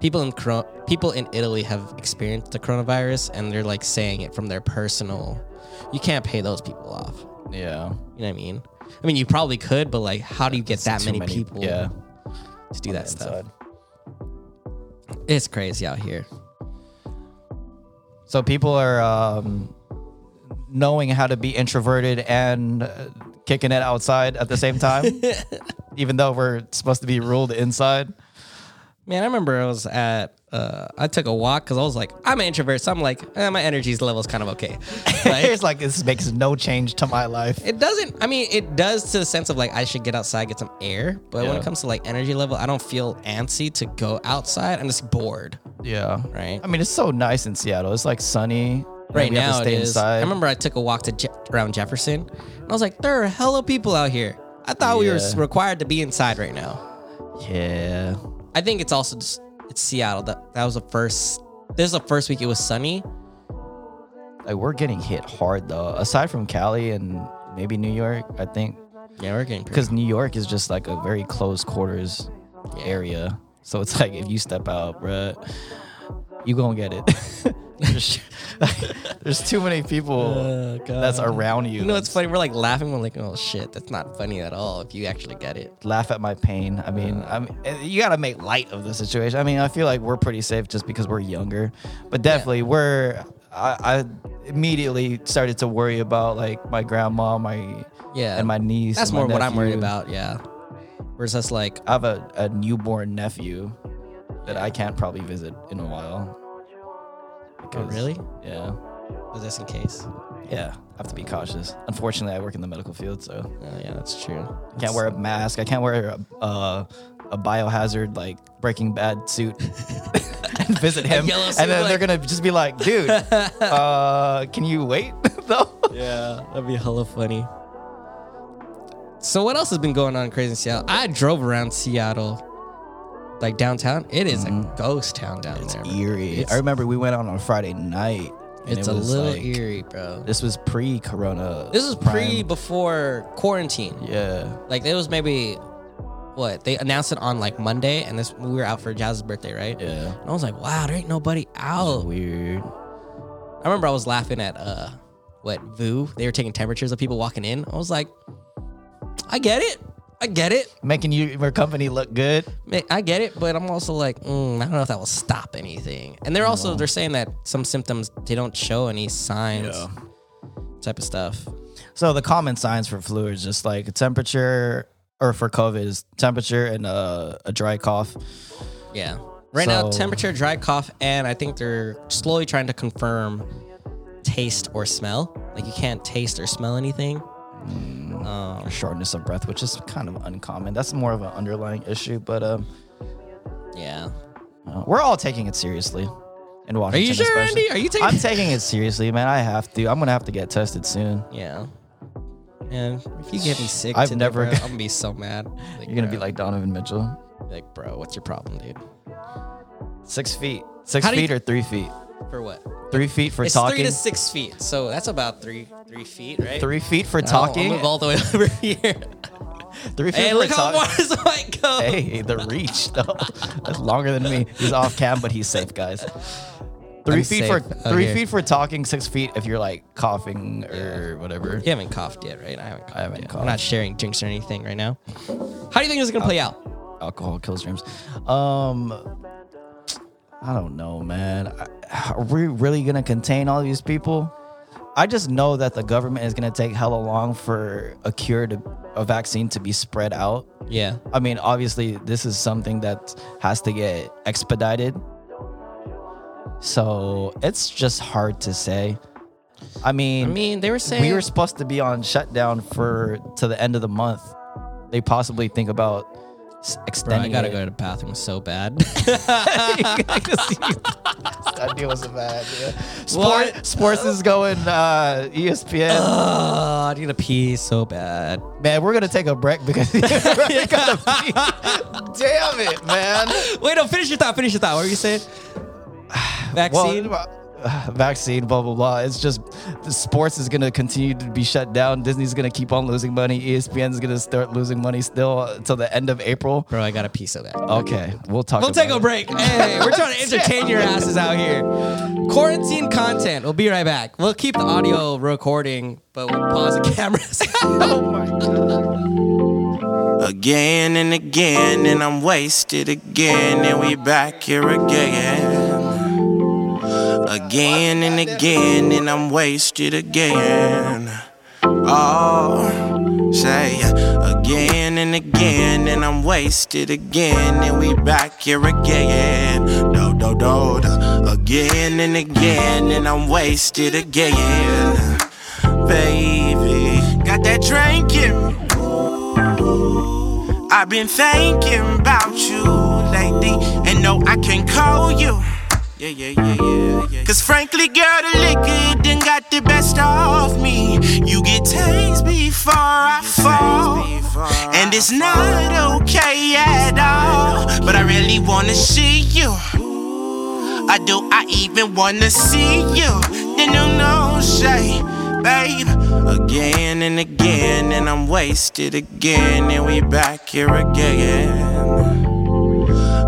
S2: People in Coro- people in Italy have experienced the coronavirus, and they're like saying it from their personal. You can't pay those people off.
S3: Yeah.
S2: You know what I mean? I mean, you probably could, but like, how do you get that many, people
S3: Yeah.
S2: to do that stuff? It's crazy out here.
S3: So people are um, knowing how to be introverted and uh, kicking it outside at the same time, even though we're supposed to be ruled inside.
S2: Man, I remember I was at. Uh, I took a walk because I was like, I'm an introvert, so I'm like, eh, my energy's level's kind of okay. Like,
S3: it's like this makes no change to my life.
S2: It doesn't. I mean, it does to the sense of like I should get outside, get some air. But when
S3: Yeah.
S2: it comes to like energy level, I don't feel antsy to go outside. I'm just bored.
S3: Yeah.
S2: Right.
S3: I mean, it's so nice in Seattle. It's like sunny.
S2: Right
S3: we
S2: now,
S3: have to
S2: it
S3: stay
S2: is.
S3: inside.
S2: I remember I took a walk to Je- around Jefferson, and I was like, "There are hella people out here." I thought we were
S3: Yeah.
S2: required to be inside right now.
S3: Yeah.
S2: I think it's also just it's Seattle. That that was the first. This is the first week it was sunny.
S3: Like we're getting hit hard though. Aside from Cali and maybe New York, I think
S2: Yeah, we're getting pretty.
S3: because New York is just like a very close quarters area. So it's like if you step out, bruh, you gonna get it. there's, there's too many people that's around you.
S2: Oh, You know, it's funny. We're like laughing. We're like, "Oh shit, that's not funny at all." If you actually get it,
S3: laugh at my pain. I
S2: Uh.
S3: mean, I mean, eh, you gotta make light of the situation. I mean, I feel like we're pretty safe just because we're younger, but definitely we're. I, I immediately started to worry about like my grandma, my
S2: yeah,
S3: and my niece.
S2: That's
S3: and my
S2: more what I'm worried
S3: nephew.
S2: about. Yeah, whereas that's like,
S3: I have a, a newborn nephew that I can't probably visit in a while.
S2: oh
S3: Because-
S2: really?
S3: Yeah,
S2: Was this in case? Oh,
S3: yeah. I have to be cautious. Unfortunately, I work in the medical field, so
S2: Oh yeah, that's true.
S3: I can't wear a mask. I can't wear a, a, a biohazard like Breaking Bad suit. and visit him,
S2: yellow
S3: and
S2: suit,
S3: then they're
S2: like-
S3: gonna just be like, "Dude, uh, can you wait?" though.
S2: Yeah, that'd be hella funny. So what else has been going on in crazy Seattle? I drove around Seattle, like downtown. It is a ghost town down there. bro.
S3: Mm-hmm. Eerie.
S2: It's,
S3: I remember we went out on a Friday night. and
S2: it's
S3: it
S2: a
S3: was,
S2: little
S3: like-
S2: eerie, bro.
S3: This was pre-corona.
S2: This is pre
S3: prime.
S2: before quarantine.
S3: Yeah.
S2: Like it was maybe what they announced it on like Monday, and this we were out for Jazz's birthday, right?
S3: Yeah.
S2: And I was like, wow, there ain't nobody out.
S3: Weird.
S2: I remember I was laughing at uh what VU. They were taking temperatures of people walking in. I was like, I get it. I get it.
S3: Making you, your company look good.
S2: Ma- I get it, but I'm also like, mm, I don't know if that will stop anything. And they're also they're saying that some symptoms they don't show any signs,
S3: Yeah.
S2: type of stuff.
S3: So the common signs for flu is just like temperature, or for COVID is temperature and uh, a dry cough.
S2: Yeah. Right now,
S3: So-
S2: temperature, dry cough, and I think they're slowly trying to confirm taste or smell. Like you can't taste or smell anything.
S3: or shortness of breath, which is kind of uncommon. That's more of an underlying issue, but um,
S2: Yeah.
S3: uh, we're all taking it seriously in Washington.
S2: you sure,
S3: especially.
S2: Andy? Are you taking-
S3: I'm taking it seriously, man. I have to. I'm gonna have to get tested soon.
S2: Yeah. And if you get me sick,
S3: I've
S2: today,
S3: never
S2: bro,
S3: got-
S2: I'm gonna be so mad. Like,
S3: You're gonna be
S2: bro,
S3: like Donovan Mitchell,
S2: like, bro, what's your problem, dude?
S3: six feet, six
S2: How do you-
S3: feet or three feet,
S2: For what?
S3: three feet for
S2: it's
S3: talking,
S2: three to six feet, so that's about three three feet, right?
S3: Three feet for
S2: Oh, I'll- I'll
S3: talking,
S2: move all the way over here.
S3: three feet
S2: hey,
S3: for
S2: look how
S3: talking.
S2: far this might go.
S3: Hey, the reach though. That's longer than me. He's off cam, but he's safe, guys. 3
S2: I'm
S3: feet
S2: safe
S3: for
S2: out
S3: three
S2: here.
S3: feet for talking, six feet if you're like coughing or whatever.
S2: You haven't coughed yet, right? I haven't coughed. I
S3: haven't
S2: I'm
S3: coughed. Uh,
S2: not sharing drinks or anything right now. How do you think this is gonna play out?
S3: Alcohol kills dreams. Um, I don't know, man. I- Are we really gonna contain all these people? I just know that the government is gonna take hella long for a cure to a vaccine to be spread out.
S2: Yeah.
S3: I mean, obviously, this is something that has to get expedited. So it's just hard to say. I mean,
S2: I mean, they were saying
S3: we were supposed to be on shutdown for to the end of the month. They possibly think about s-
S2: Bro, I
S3: extending.
S2: gotta
S3: it.
S2: go to the bathroom so bad.
S3: that deal was a bad idea.
S2: What?
S3: Sport, sports is going uh, ESPN.
S2: oh, I need to pee so bad.
S3: man, we're gonna take a break because you're gonna be. Damn it, man.
S2: Wait, no, finish your thought. Finish your thought. What were you saying? Vaccine.
S3: Well, uh, vaccine, blah blah blah. It's just the sports is gonna continue to be shut down. Disney's gonna keep on losing money. E ESPN's gonna start losing money still until the end of April.
S2: Bro, I gotta pee so bad.
S3: Okay, we'll talk.
S2: We'll
S3: about
S2: take a
S3: it.
S2: break. Hey, we're trying to entertain your asses out here. Quarantine content. We'll be right back. We'll keep the audio recording, but we'll pause the cameras.
S6: again and again, and I'm wasted again, and we back here again. Again and again, and I'm wasted again. Oh, say again and again, and I'm wasted again, and we back here again. Do do do do. Again and again, and I'm wasted again, baby. Got that drink in me. I've been thinking about you lately, and no, I can't call you. Yeah, yeah, yeah, yeah, yeah. Cause frankly, girl, the liquor done got the best of me. You get tased before I fall. And it's not okay at all. But I really wanna see you. I do, I even wanna see you. Then no, no, say, babe. Again and again, and I'm wasted again, and we back here again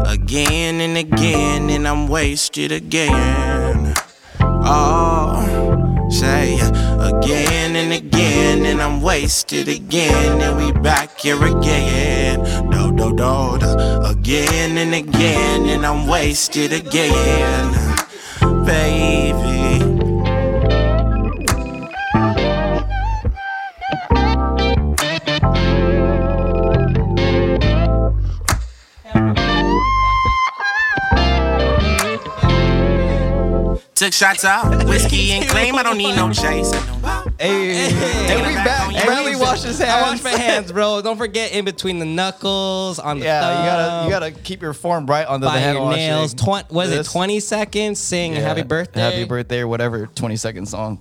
S6: again and again, and I'm wasted again. Oh, say again and again, and I'm wasted again, and we back here again. Do do do do. again and again, and I'm wasted again, baby. Took shots out, whiskey and claim. I don't need no chase.
S3: Hey, and we back.
S6: on
S3: Hey, Bradley washed his hands.
S2: I wash my hands, bro. Don't forget in between the knuckles, on the
S3: Yeah, you gotta
S2: thumb,
S3: you gotta keep your form right under the
S2: by
S3: hand
S2: your
S3: washing.
S2: nails. Twen- was
S3: This.
S2: it 20 seconds? Sing
S3: Yeah.
S2: happy birthday.
S3: Happy birthday or whatever 20 second song.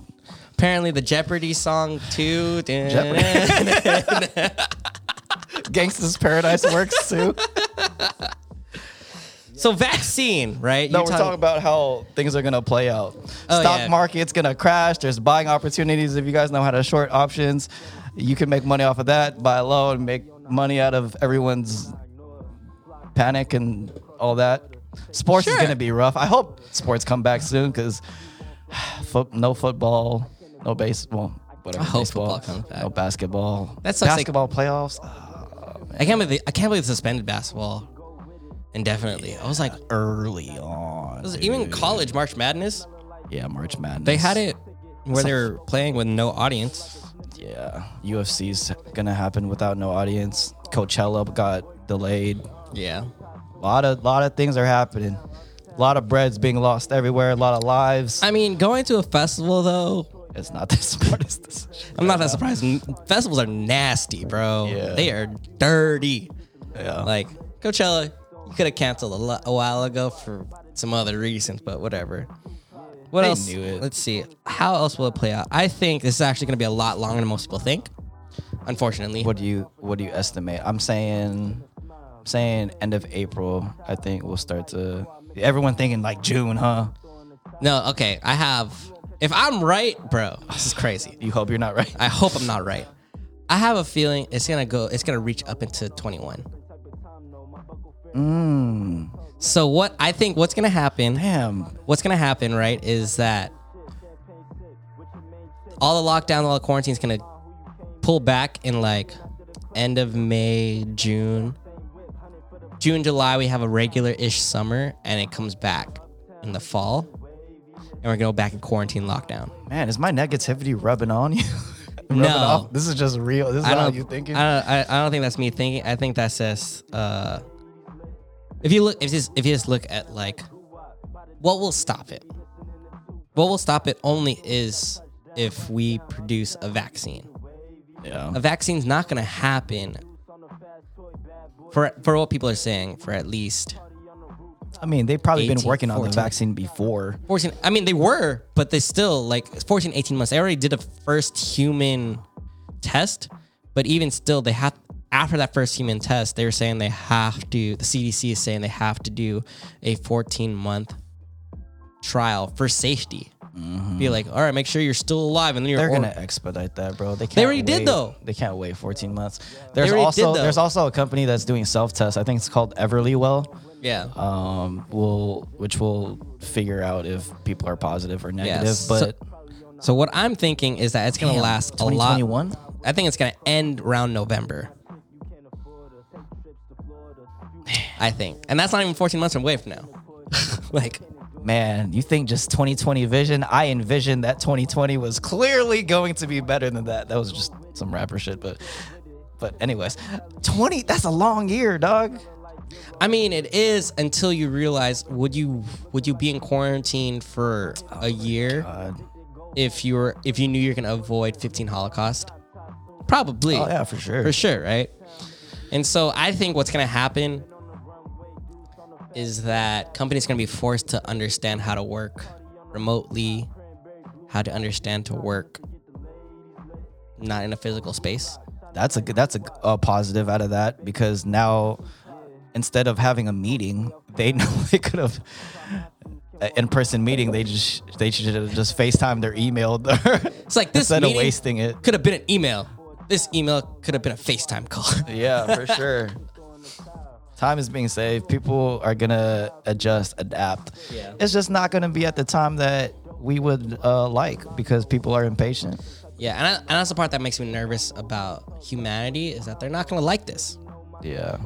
S2: Apparently the Jeopardy song too.
S3: Gangsta's Paradise works too.
S2: so vaccine, right?
S3: No,
S2: You
S3: we're
S2: talk-
S3: talking about how things are gonna play out.
S2: Oh,
S3: Stock
S2: yeah.
S3: market's gonna crash. There's buying opportunities. If you guys know how to short options, you can make money off of that. Buy low and make money out of everyone's panic and all that. Sports is
S2: Sure.
S3: gonna be rough. I hope sports come back soon because foot, no football, no baseball. Whatever,
S2: I hope
S3: baseball,
S2: football comes back.
S3: No basketball.
S2: That sucks, like-
S3: basketball playoffs.
S2: I can't believe I can't believe suspended basketball indefinitely. I was like, er,
S3: Early on,
S2: was it even college March Madness.
S3: yeah, March Madness.
S2: They had it where
S3: It's
S2: they
S3: like-
S2: were playing with no audience.
S3: Yeah, UFC's gonna happen without no audience. Coachella got delayed.
S2: Yeah.
S3: A lot of lot of things are happening. A lot of breads being lost everywhere. A lot of lives.
S2: I mean, going to a festival though,
S3: it's not the smartest decision.
S2: I'm not that surprised. N- Festivals are nasty, bro.
S3: Yeah.
S2: They are dirty.
S3: Yeah.
S2: Like Coachella, you could have canceled a, lo- a while ago for some other reasons, but whatever. What
S3: They
S2: else?
S3: knew it.
S2: Let's see. How else will it play out? I think this is actually going to be a lot longer than most people think. Unfortunately,
S3: What do you What do you estimate? I'm saying, I'm saying end of April. I think we'll start to. Everyone thinking like June, huh?
S2: no. Okay, I have. If I'm right, bro, this is crazy.
S3: You hope you're not right.
S2: I hope I'm not right. I have a feeling it's gonna go. It's gonna reach up into 21.
S3: Mm,
S2: So what I think what's gonna happen?
S3: damn.
S2: what's gonna happen, right, is that all the lockdown, all the quarantine's gonna pull back in like end of May, June. June, July, we have a regular ish summer and it comes back in the fall. And we're gonna go back in quarantine lockdown.
S3: Man, is my negativity rubbing on you? rubbing
S2: No.
S3: off? This is just real. This is
S2: I
S3: how
S2: don't,
S3: you thinking.
S2: I don't, I, I don't think that's me thinking. I think that's just uh, if you look if just if you just look at like what will stop it. What will stop it only is if we produce a vaccine.
S3: yeah.
S2: A vaccine's not gonna happen for for what people are saying for at least
S3: I mean, they've probably been
S2: 18,
S3: working on the
S2: 14.
S3: vaccine before.
S2: 14 i mean they were but they still like 14 18 months they already did a first human test but even still they have after that first human test they were saying they have to the cdc is saying they have to do a 14 month trial for safety be like all right make sure you're still alive and then you're
S3: Mm-hmm. They're
S2: or-
S3: gonna expedite that, bro. They can't.
S2: already did,
S3: wait-
S2: though.
S3: They can't wait 14 months. There's
S2: already did,
S3: also
S2: though.
S3: there's also a company that's doing self tests. I think it's called Everlywell.
S2: yeah
S3: Um, will which will figure out if people are positive or negative.
S2: Yes. So-
S3: But
S2: so what i'm thinking is that it's gonna
S3: Damn,
S2: last a lot
S3: 2021.
S2: I think it's gonna end around November. I think, and that's not even 14 months away from now. like,
S3: Man, you think just 2020 vision? I envisioned that 2020 was clearly going to be better than that. That was just some rapper shit, but but anyways, 20. That's a long year, dog.
S2: I mean, it is until you realize would you would you be in quarantine for a year
S3: God.
S2: if you were if you knew you're gonna avoid 15 Holocaust? Probably.
S3: Oh yeah, for sure.
S2: for sure, right? And so I think what's gonna happen is that companies going to be forced to understand how to work remotely, how to understand to work not in a physical space.
S3: That's a good. That's a, a positive out of that because now, instead of having a meeting, they know they could have an in-person meeting. They just they should have just Facetime their email
S2: It's like this
S3: instead of
S2: meeting
S3: wasting it.
S2: could have been an email. This email could have been a FaceTime call.
S3: Yeah, for sure. Time is being saved. People are gonna adjust, adapt.
S2: Yeah.
S3: It's just not gonna be at the time that we would uh, like because people are impatient.
S2: yeah, and, I, and that's the part that makes me nervous about humanity is that they're not going to like this.
S3: Yeah.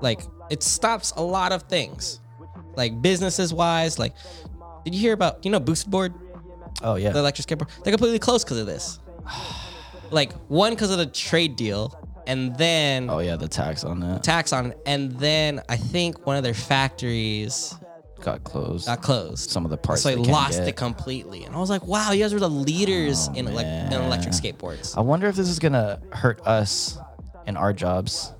S2: like it stops a lot of things like businesses wise like did you hear about you know boosted board
S3: Oh yeah.
S2: the electric skateboard they're completely closed because of this like one because of the trade deal and then
S3: oh yeah. The tax on that
S2: tax on it and then i think one of their factories
S3: got closed.
S2: got closed
S3: Some of the parts
S2: so they
S3: they can't
S2: lost
S3: get. Oh,
S2: it completely and i was like wow you guys were the leaders in, elec- in electric skateboards
S3: I wonder if this is gonna hurt us in our jobs.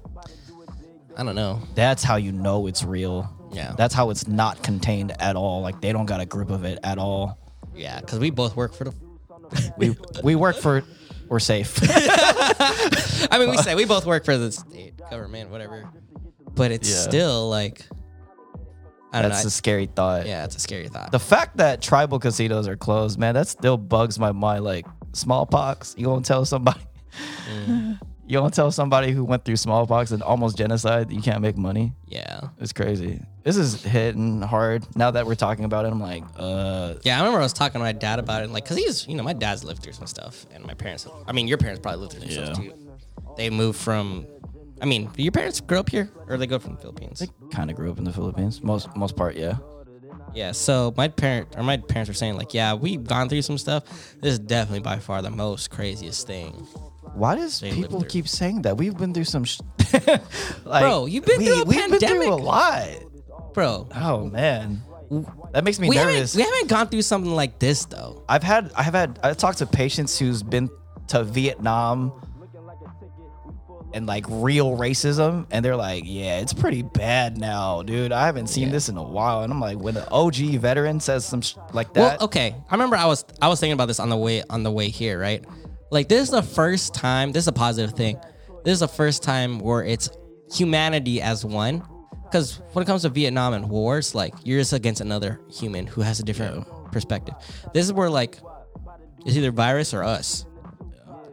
S2: i don't know
S3: That's how you know it's real.
S2: Yeah.
S3: That's how it's not contained at all. Like they don't got a grip of it at all.
S2: yeah because we both work for the
S3: We we work for we're safe.
S2: I mean, we say we both work for the state government, whatever. But it's
S3: Yeah.
S2: still like, I don't
S3: That's
S2: know.
S3: a scary thought.
S2: yeah, it's a scary thought.
S3: The fact that tribal casinos are closed, man, that still bugs my mind. Like smallpox, you gonna tell somebody?
S2: Mm.
S3: You gonna tell somebody who went through smallpox and almost genocide that you can't make money?
S2: yeah,
S3: It's crazy. This is hitting hard. Now that we're talking about it, I'm like, uh,
S2: yeah. I remember I was talking to my dad about it, like, cause he's, you know, my dad's lived through some stuff, and my parents. I mean, your parents probably lived through some stuff
S3: Yeah.
S2: too. They moved from. I mean, do your parents grow up here, or they go from the Philippines?
S3: kind of grew up in the Philippines. Most most part, yeah.
S2: Yeah. So my parent or my parents were saying like, yeah, we've gone through some stuff. This is definitely by far the most craziest thing.
S3: Why does
S2: lived
S3: people
S2: through.
S3: keep saying that? We've been through some, sh- like,
S2: Bro, you've been through a
S3: we've been through a
S2: pandemic.
S3: lot.
S2: Bro,
S3: Oh man, that makes me
S2: we haven't,
S3: nervous.
S2: we haven't gone through something like this though.
S3: I've had I have had I talked to patients who's been to Vietnam and like real racism and they're like, "Yeah, it's pretty bad now, dude. I haven't seen this in a while." And I'm like, when an OG veteran says some sh- like that,
S2: Well, okay. I remember I was I was thinking about this on the way on the way here, right? Like this is the first time. This is a positive thing. This is the first time where it's humanity as one. Because when it comes to Vietnam and wars, like you're just against another human who has a different perspective. This is where like it's either virus or us.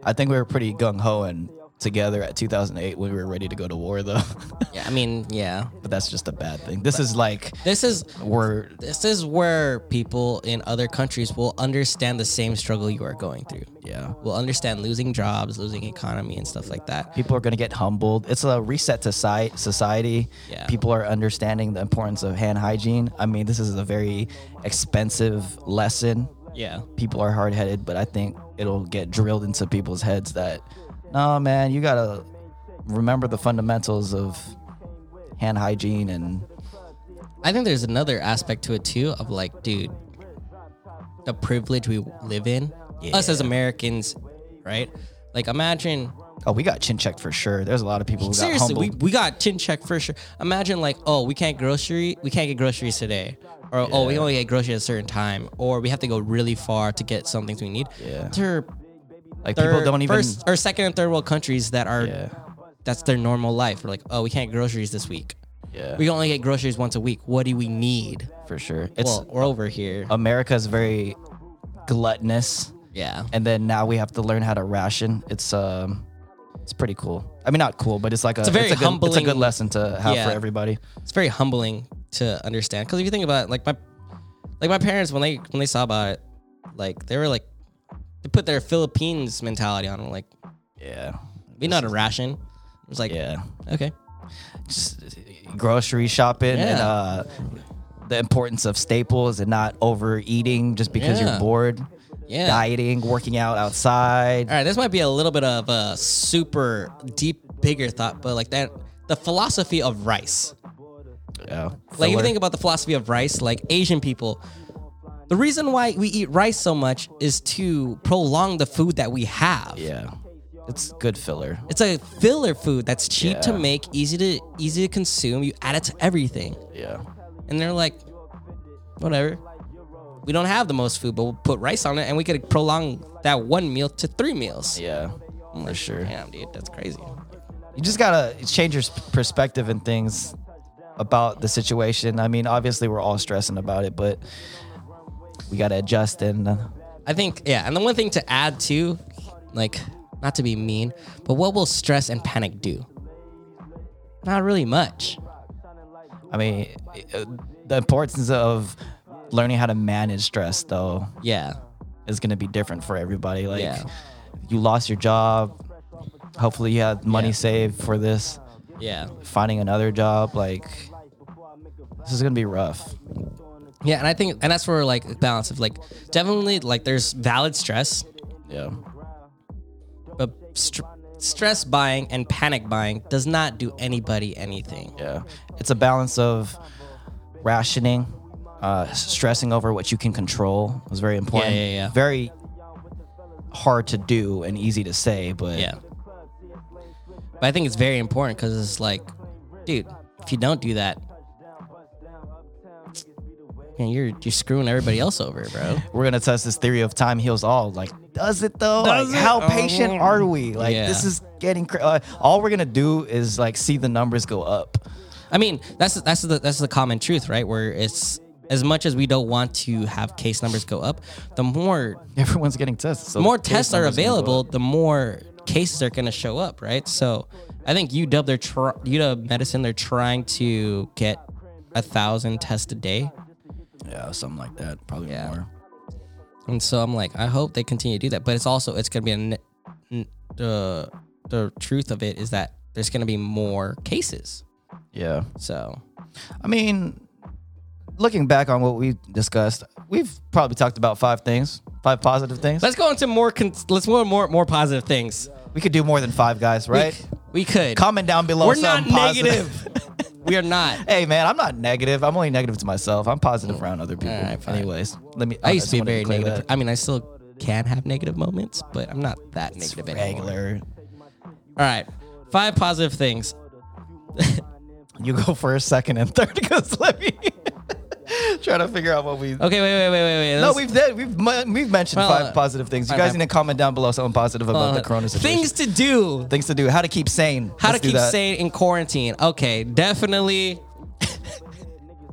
S3: I think we were pretty gung ho and together at 2008 when we were ready to go to war though.
S2: Yeah, I mean, yeah.
S3: but that's just a bad thing. This is like
S2: This is
S3: we're
S2: this is where people in other countries will understand the same struggle you are going through.
S3: yeah.
S2: Will understand losing jobs, losing economy, and stuff like that.
S3: People are going to get humbled. It's a reset to sci- society.
S2: Yeah.
S3: People are understanding the importance of hand hygiene. I mean, this is a very expensive lesson.
S2: Yeah.
S3: People are hard headed, but I think it'll get drilled into people's heads that, no, man, you got to remember the fundamentals of hand hygiene and
S2: I think there's another aspect to it too of like, dude, the privilege we live in, us as Americans, right? Like, imagine
S3: oh, we got chin checked for sure. There's a lot of people who got
S2: seriously,
S3: humbled.
S2: we, we got chin check for sure. Imagine like, oh, we can't grocery, we can't get groceries today, or oh, we only get groceries at a certain time, or we have to go really far to get some things we need.
S3: Yeah.
S2: There are
S3: like people
S2: third-
S3: don't even
S2: first or second and third world countries that are
S3: yeah
S2: that's their normal life. We're like, oh, we can't get groceries this week.
S3: yeah
S2: We only get groceries once a week. What do we need?
S3: for sure. It's
S2: well, we're over here.
S3: America's very gluttonous.
S2: yeah.
S3: and then now we have to learn how to ration. It's um, it's pretty cool. I mean, not cool, but it's like a,
S2: a very
S3: good, It's a good
S2: humbling-
S3: lesson to have
S2: Yeah.
S3: for everybody.
S2: it's very humbling to understand because if you think about it, like my like my parents when they when they saw about it like they were like they put their philippines mentality on it like
S3: Yeah,
S2: we know how to ration it was like
S3: yeah.
S2: okay
S3: Just grocery shopping and
S2: Yeah.
S3: uh, the importance of staples and not overeating just because you're
S2: Yeah.
S3: bored.
S2: yeah
S3: Dieting, working out outside.
S2: all right this might be a little bit of a super deep bigger thought but like that the philosophy of rice
S3: Yeah.
S2: Like if
S3: Filler.
S2: you think about the philosophy of rice, like Asian people, the reason why we eat rice so much is to prolong the food that we have.
S3: yeah, it's good filler.
S2: It's a filler food that's cheap to
S3: Yeah.
S2: make, easy to easy to consume. You add it to everything.
S3: Yeah.
S2: And they're like, whatever. We don't have the most food, but we'll put rice on it and we could prolong that one meal to three meals.
S3: Yeah.
S2: I'm like, sure. Damn, dude, that's crazy.
S3: you just gotta change your s- perspective and things about the situation. I mean, obviously we're all stressing about it, but we gotta adjust and uh,
S2: I think, yeah. And the one thing to add to, like, not to be mean, but what will stress and panic do? Not really much.
S3: I mean, uh, the importance of learning how to manage stress though
S2: Yeah.
S3: is gonna be different for everybody. Like,
S2: Yeah.
S3: you lost your job. Hopefully, you had money
S2: Yeah.
S3: saved for this.
S2: Yeah.
S3: Finding another job, like, this is gonna be rough.
S2: Yeah. And I think, and that's where, like, the balance of, like, definitely, like, there's valid stress,
S3: Yeah.
S2: but str stress buying and panic buying does not do anybody anything.
S3: Yeah. It's a balance of rationing, uh, stressing over what you can control is very important.
S2: yeah, yeah.
S3: Very hard to do and easy to say, but
S2: Yeah. But I think it's very important because it's like, dude, if you don't do that, man, you're you're screwing everybody else over, bro.
S3: we're gonna test this theory of time heals all. Like, does it though?
S2: Does
S3: like,
S2: it?
S3: how
S2: Oh,
S3: patient
S2: man.
S3: are we? Like,
S2: Yeah.
S3: this is getting cra- uh, all we're gonna do is like see the numbers go up.
S2: I mean, that's that's the that's the common truth, right? Where it's as much as we don't want to have case numbers go up, the more
S3: Everyone's getting tested. So
S2: the more
S3: the case
S2: tests are
S3: numbers gonna go
S2: available,
S3: up.
S2: the more cases are going to show up, right? So I think UW they're tr- UW medicine they're trying to get a thousand tests a day,
S3: Yeah, something like that. Probably
S2: Yeah.
S3: more.
S2: and so I'm like, I hope they continue to do that. But it's also it's going to be a ne- n- the the truth of it is that there's going to be more cases.
S3: Yeah.
S2: So
S3: I mean, looking back on what we discussed, we've probably talked about five things, five positive things.
S2: let's go into more con- let's more more more positive things.
S3: we could do more than five guys,
S2: We-
S3: right?
S2: We, could.
S3: Comment down below.
S2: We're not
S3: something positive.
S2: negative. we are not.
S3: Hey man, I'm not negative. I'm only negative to myself. I'm positive around other people.
S2: All right, fine.
S3: Anyways, let me.
S2: I used to
S3: Oh, just
S2: be
S3: wanted
S2: very
S3: clear
S2: negative.
S3: that.
S2: I mean, I still can have negative moments, but I'm not that negative anymore.
S3: regular.
S2: All right, five positive things.
S3: You go first, second, and third because let me try to figure out what we.
S2: Okay, wait, wait, wait, wait, wait.
S3: No,
S2: Let's-
S3: we've did, we've mu- we've mentioned
S2: Well,
S3: five
S2: uh,
S3: positive things. You
S2: fine,
S3: guys
S2: fine.
S3: need to comment down below something positive
S2: uh,
S3: about the corona situation.
S2: things to do.
S3: things to do, how to keep sane.
S2: How
S3: Let's
S2: to
S3: do
S2: keep
S3: that.
S2: sane in quarantine. Okay, definitely.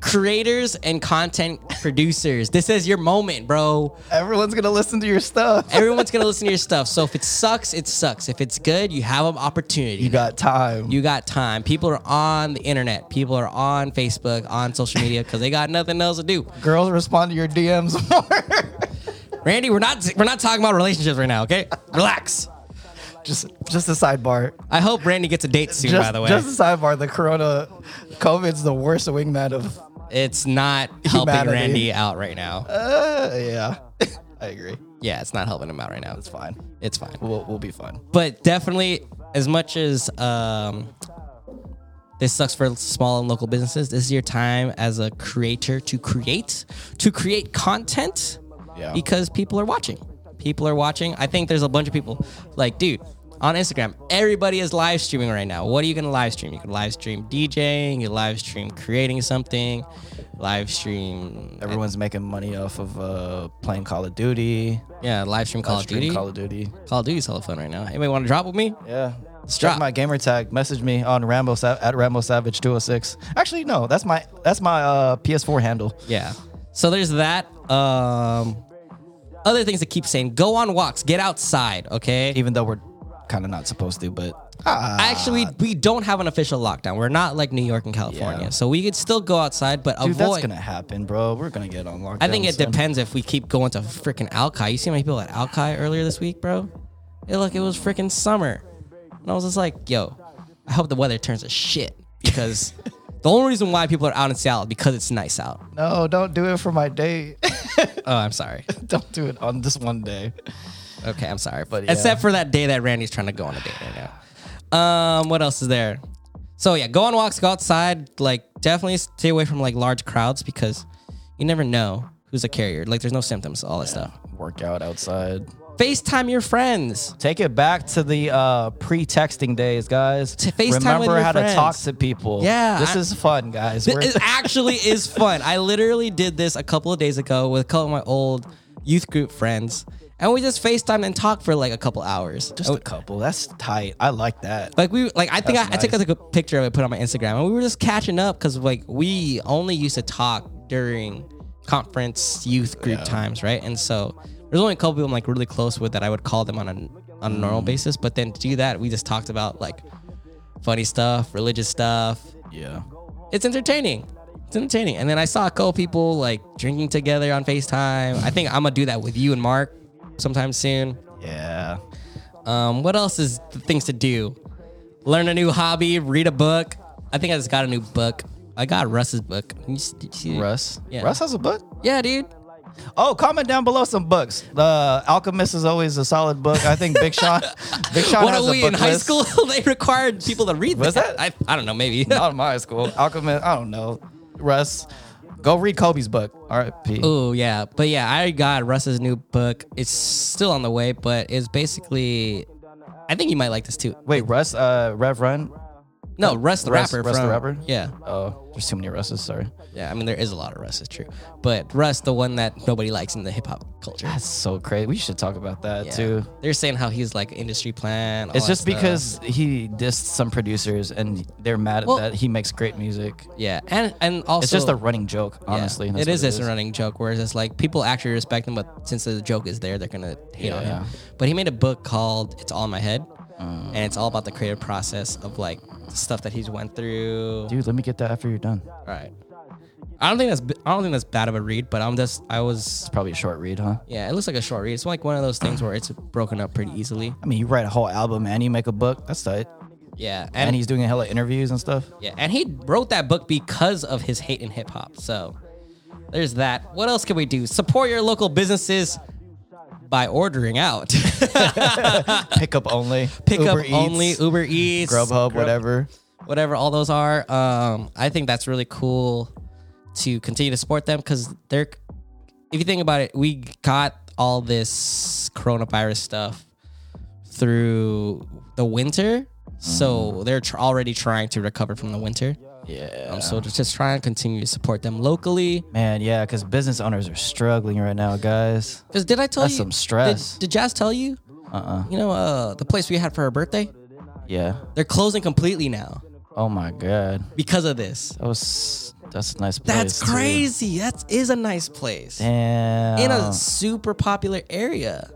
S2: Creators and content producers. This is your moment, bro.
S3: Everyone's gonna listen to your stuff.
S2: Everyone's gonna listen to your stuff. So if it sucks, it sucks. If it's good, you have an opportunity.
S3: You got time.
S2: You got time. People are on the internet. People are on Facebook, on social media, because they got nothing else to do.
S3: girls respond to your DMs more.
S2: Randy, we're not we're not talking about relationships right now. Okay, relax.
S3: just just a sidebar.
S2: I hope Randy gets a date soon.
S3: Just,
S2: by the way,
S3: just a sidebar. The corona COVID's the worst wingman of
S2: it's not helping
S3: Humanity.
S2: Randy out right now.
S3: uh yeah. I agree.
S2: yeah, it's not helping him out right now. It's
S3: It's
S2: fine.
S3: fine.
S2: It's fine.
S3: We'll we'll be fine.
S2: But definitely, as much as um, this sucks for small and local businesses, this is your time as a creator to create to create content.
S3: Yeah.
S2: because people are watching. People are watching. I think there's a bunch of people like, dude, on Instagram, everybody is live streaming right now. What are you gonna live stream? You can live stream DJing, you live stream creating something, live stream
S3: Everyone's making money off of uh playing Call of Duty.
S2: yeah, live stream Call of
S3: Live stream
S2: Duty.
S3: Call of Duty.
S2: Call of Duty's hella fun right now. Anybody wanna drop with me?
S3: Yeah.
S2: drop.
S3: Check my gamer tag. Message me on Rambo Sa- at Rambo Savage 206. Actually, no, that's my that's my uh, PS4 handle.
S2: Yeah. So there's that. Um other things to keep saying. Go on walks, get outside, okay?
S3: Even though we're kind of not supposed to, but ah,
S2: Actually, we don't have an official lockdown. We're not like New York and California,
S3: Yeah.
S2: so we could still go outside, but
S3: dude,
S2: avoid.
S3: that's gonna happen, bro. We're gonna get on lockdown.
S2: I think it
S3: soon.
S2: depends if we keep going to freaking Alki. You see my people at Alki earlier this week, bro? It look, it was freaking summer, and I was just like, yo, I hope the weather turns to shit because the only reason why people are out in Seattle is because it's nice out.
S3: No, don't do it for my day.
S2: Oh, I'm sorry.
S3: don't do it on this one day.
S2: Okay, I'm sorry. But
S3: But yeah.
S2: except for that day that Randy's trying to go on a date right now. Um, what else is there? So yeah, go on walks, go outside. Like definitely stay away from like large crowds because you never know who's a carrier. Like there's no symptoms, all that stuff.
S3: Work out outside.
S2: FaceTime your friends.
S3: Take it back to the uh, pre-texting days, guys.
S2: To FaceTime with
S3: Remember
S2: your
S3: how
S2: friends.
S3: to talk to people.
S2: Yeah,
S3: this
S2: I-
S3: is fun, guys. We're-
S2: It actually is fun. I literally did this a couple of days ago with a couple of my old youth group friends, and we just FaceTime and talked for like a couple hours.
S3: just a couple. That's tight. I like that.
S2: Like we like I think I,
S3: That's
S2: I took like,
S3: nice.
S2: a picture of it, put it on my Instagram, and we were just catching up because like we only used to talk during conference youth group times, right? And so there's only a couple people I'm like really close with that I would call them on a on a normal
S3: Mm.
S2: basis, but then to do that, we just talked about like funny stuff, religious stuff.
S3: yeah.
S2: It's entertaining. It's entertaining. And then I saw a couple people like drinking together on FaceTime. I think I'm gonna do that with you and Mark sometime soon.
S3: Yeah.
S2: Um, what else is th- things to do? Learn a new hobby, read a book. I think I just got a new book. I got Russ's book. You s- did you-
S3: Russ.
S2: Yeah.
S3: Russ has a book.
S2: Yeah, dude.
S3: Oh, comment down below some books. The Alchemist is always a solid book. I think Big Sean. Big Sean
S2: what
S3: has
S2: are
S3: a
S2: we
S3: book
S2: in high
S3: list.
S2: school? they required people to read
S3: Was
S2: I, I don't know, maybe.
S3: Not in my high school. Alchemist. I don't know. Russ, go read Kobe's book. R.I.P.
S2: oh yeah, but yeah, I got Russ's new book. It's still on the way, but it's basically. I think you might like this too.
S3: Wait, Russ. Uh, Rev Run.
S2: No, Russ the
S3: Russ-
S2: rapper.
S3: Russ the
S2: from-
S3: rapper?
S2: Yeah,
S3: Oh, there's too many Russes. Sorry.
S2: yeah. I mean, there is a lot of Russ. It's true, but Russ, the one that nobody likes in the hip hop culture.
S3: That's so crazy. We should talk about that
S2: Yeah.
S3: too.
S2: They're saying how he's like industry plan. all
S3: It's
S2: that
S3: just
S2: stuff.
S3: because he dissed some producers and they're mad at
S2: Well-
S3: that. He makes great music.
S2: yeah, and and also
S3: It's just a running joke,
S2: yeah,
S3: honestly.
S2: it is just a running joke. Whereas it's like people actually respect him, but since the joke is there, they're gonna hate on
S3: Yeah. Oh.
S2: him. But he made a book called "It's All in My Head," and it's all about the creative process of like stuff that he's went through.
S3: Dude, let me get that after you're done.
S2: All right. I don't think that's b- I don't think that's bad of a read, but I'm just I was
S3: It's probably a short read, huh?
S2: yeah. It looks like a short read. It's like one of those things where it's broken up pretty easily.
S3: I mean, you write a whole album and you make a book. That's tight.
S2: Yeah,
S3: And, he's doing a hella interviews and stuff.
S2: Yeah, and he wrote that book because of his hate in hip hop. So there's that. What else can we do? Support your local businesses by ordering out.
S3: Pickup only.
S2: Pick up
S3: Uber Eats,
S2: only Uber Eats,
S3: Grubhub,
S2: Grub-
S3: whatever.
S2: whatever all those are. Um, I think that's really cool to continue to support them because they're. If you think about it, we got all this coronavirus stuff through the winter, so
S3: Mm.
S2: they're tr- already trying to recover from the winter.
S3: Yeah.
S2: Um, so just, just try and continue to support them locally.
S3: Man, yeah, because business owners are struggling right now, guys.
S2: 'Cause did I tell
S3: That's
S2: you?
S3: some stress.
S2: Did, did Jazz tell you?
S3: Uh-uh.
S2: You know, uh, the place we had for her birthday,
S3: Yeah.
S2: they're closing completely now
S3: Oh my God.
S2: because of this.
S3: That was, that's a nice place.
S2: That's
S3: too.
S2: crazy. That is a nice place
S3: Damn.
S2: in a super popular area.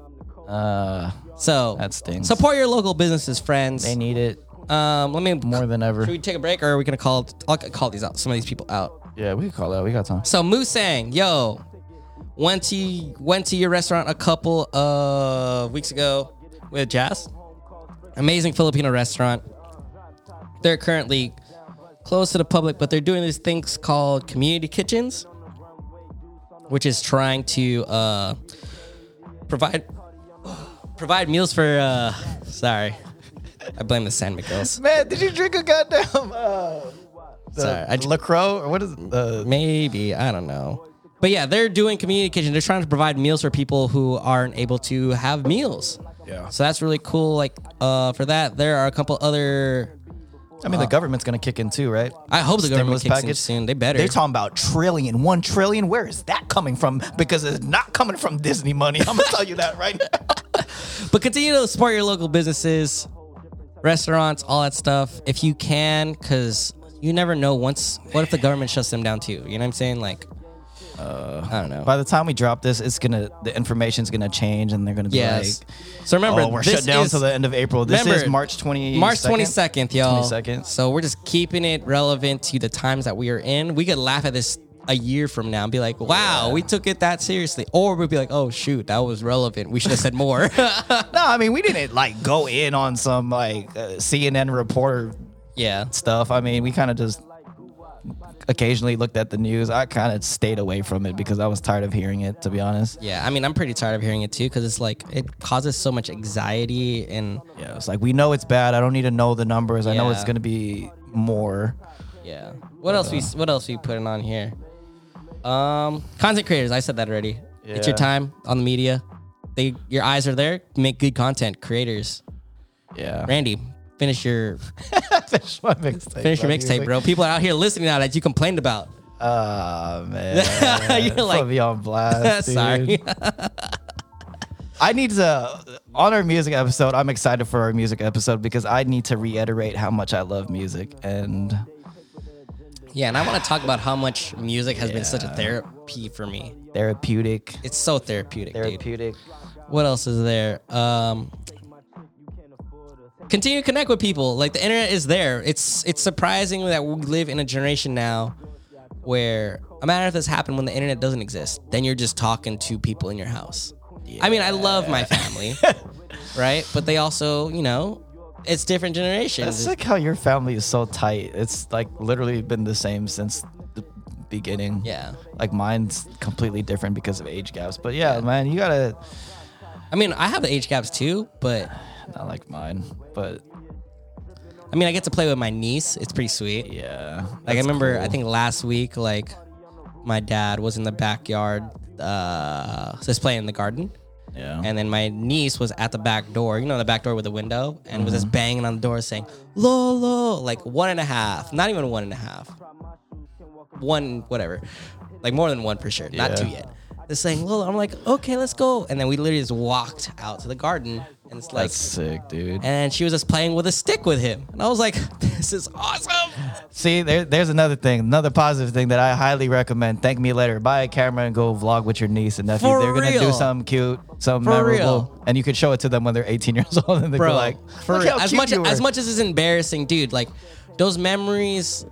S3: uh,
S2: So
S3: That stinks.
S2: Support your local businesses, friends.
S3: they need it
S2: Um, let me.
S3: more than ever.
S2: Should we take a break, or are we gonna call? I'll call these out. Some of these people out.
S3: Yeah, we can call out. We got time.
S2: So Musang, yo, went to went to your restaurant a couple of weeks ago with Jazz. Amazing Filipino restaurant. They're currently closed to the public, but they're doing these things called community kitchens, which is trying to uh, provide provide meals for. Uh, sorry, I blame the San Miguel's.
S3: Man, did you drink a goddamn uh,
S2: Sorry, I ju-
S3: Lacroix or what is the
S2: Maybe I don't know. But yeah, they're doing communication. They're trying to provide meals for people who aren't able to have meals.
S3: Yeah.
S2: So that's really cool. Like uh, for that, there are a couple other.
S3: I mean, the government's gonna kick in too, right?
S2: I hope the government
S3: Stimulus
S2: kicks in
S3: package?
S2: soon. They better.
S3: They're talking about trillion, one trillion. Where is that coming from? Because it's not coming from Disney money. I'm gonna tell you that right now.
S2: but continue to support your local businesses, restaurants, all that stuff if you can, because you never know. Once, what if the government shuts them down too? You know what I'm saying? Like,
S3: Uh,
S2: I don't know.
S3: By the time we drop this, it's gonna the information's gonna change, and they're gonna be
S2: yes.
S3: like,
S2: so remember,
S3: "Oh, we're
S2: this
S3: shut down
S2: is,
S3: till the end of April." This
S2: remember,
S3: is March twenty.
S2: March 22nd, y'all.
S3: 22nd.
S2: So we're just keeping it relevant to the times that we are in. We could laugh at this a year from now and be like, wow, we took it that seriously. Or we'd be like, oh, shoot, that was relevant. We should have said more.
S3: No, I mean we didn't like go in on some like uh, CNN reporter
S2: yeah.
S3: stuff. I mean, we kind of just occasionally looked at the news. I kind of stayed away from it because I was tired of hearing it, to be honest.
S2: Yeah. I mean, I'm pretty tired of hearing it too because it's like, it causes so much anxiety. And
S3: Yeah, it's like we know it's bad. I don't need to know the numbers. I know it's
S2: Yeah.
S3: going to be more.
S2: yeah. What else we, what else we putting on here? Um, content creators. I said that already. It's your
S3: Yeah.
S2: time on the media. they your eyes are there. Make good content, creators.
S3: Yeah.
S2: Randy, finish your
S3: Finish my mixtape.
S2: finish your
S3: bro.
S2: mixtape, bro. People are out here listening now that you complained about.
S3: Ah man,
S2: You're like-
S3: put me on blast. dude.
S2: Sorry.
S3: I need to on our music episode. I'm excited for our music episode because I need to reiterate how much I love music and
S2: yeah, and I want to talk about how much music has been such a
S3: Yeah.
S2: therapy for me.
S3: therapeutic,
S2: It's so therapeutic, dude.
S3: therapeutic.
S2: What else is there? Um, continue to connect with people. Like the internet is there. It's it's surprising that we live in a generation now where imagine if this happened when the internet doesn't exist. Then you're just talking to people in your house. I mean, I love my family, right? But they also, you know, it's different generations.
S3: That's like how your family is so tight. It's like literally been the same since the beginning.
S2: yeah.
S3: Like mine's completely different because of age gaps. But yeah, man, you gotta
S2: I mean, I have the age gaps too, but
S3: not like mine, but
S2: I mean, I get to play with my niece. It's pretty sweet.
S3: yeah.
S2: Like I
S3: that's
S2: remember, I
S3: cool.
S2: think last week, like my dad was in the backyard, uh, just playing in the garden,
S3: yeah.
S2: and then my niece was at the back door, you know, the back door with the window, and was
S3: Mm-hmm.
S2: just banging on the door saying "Lolo," like one and a half, not even one and a half, one whatever, like more than one for sure, not two
S3: Yeah.
S2: yet. They're saying "Lolo," I'm like, okay, let's go, and then we literally just walked out to the garden, and it's like.
S3: that's sick, dude.
S2: and she was just playing with a stick with him. And I was like, this is awesome.
S3: See, there, there's another thing, another positive thing that I highly recommend. Thank me later. Buy a camera and go vlog with your niece and nephew.
S2: For
S3: they're gonna
S2: real.
S3: do something cute, something
S2: For
S3: memorable,
S2: real.
S3: and you can show it to them when they're 18 years old, and they're
S2: bro.
S3: like,
S2: for
S3: "Look
S2: real.
S3: how
S2: as
S3: cute
S2: much
S3: you
S2: as
S3: were."
S2: much as it's embarrassing, dude. Like those memories.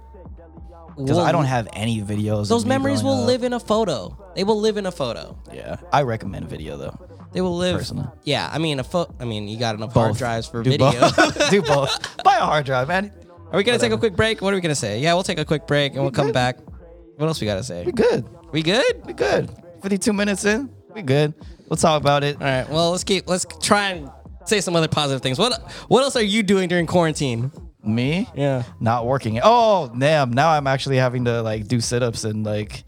S3: because
S2: will-
S3: I don't have any videos. of
S2: those
S3: me
S2: memories
S3: growing
S2: will
S3: up.
S2: live in a photo. They will live in a photo.
S3: Yeah, I recommend video though.
S2: They will live.
S3: Personally.
S2: Yeah, I mean a photo. I mean you got enough hard
S3: Both.
S2: drives for
S3: do
S2: video.
S3: Both. do both. Buy a hard drive, man.
S2: Are we gonna take a quick break? What are we gonna say? Yeah, we'll take a quick break and we'll come
S3: good.
S2: back. What else we gotta say?
S3: We good.
S2: We good?
S3: We good. 52 minutes in. We good. We'll talk about it.
S2: All right. Well, let's keep. Let's try and say some other positive things. What What else are you doing during quarantine?
S3: Me?
S2: Yeah.
S3: Not working. Oh, damn. Now I'm actually having to like do sit ups and like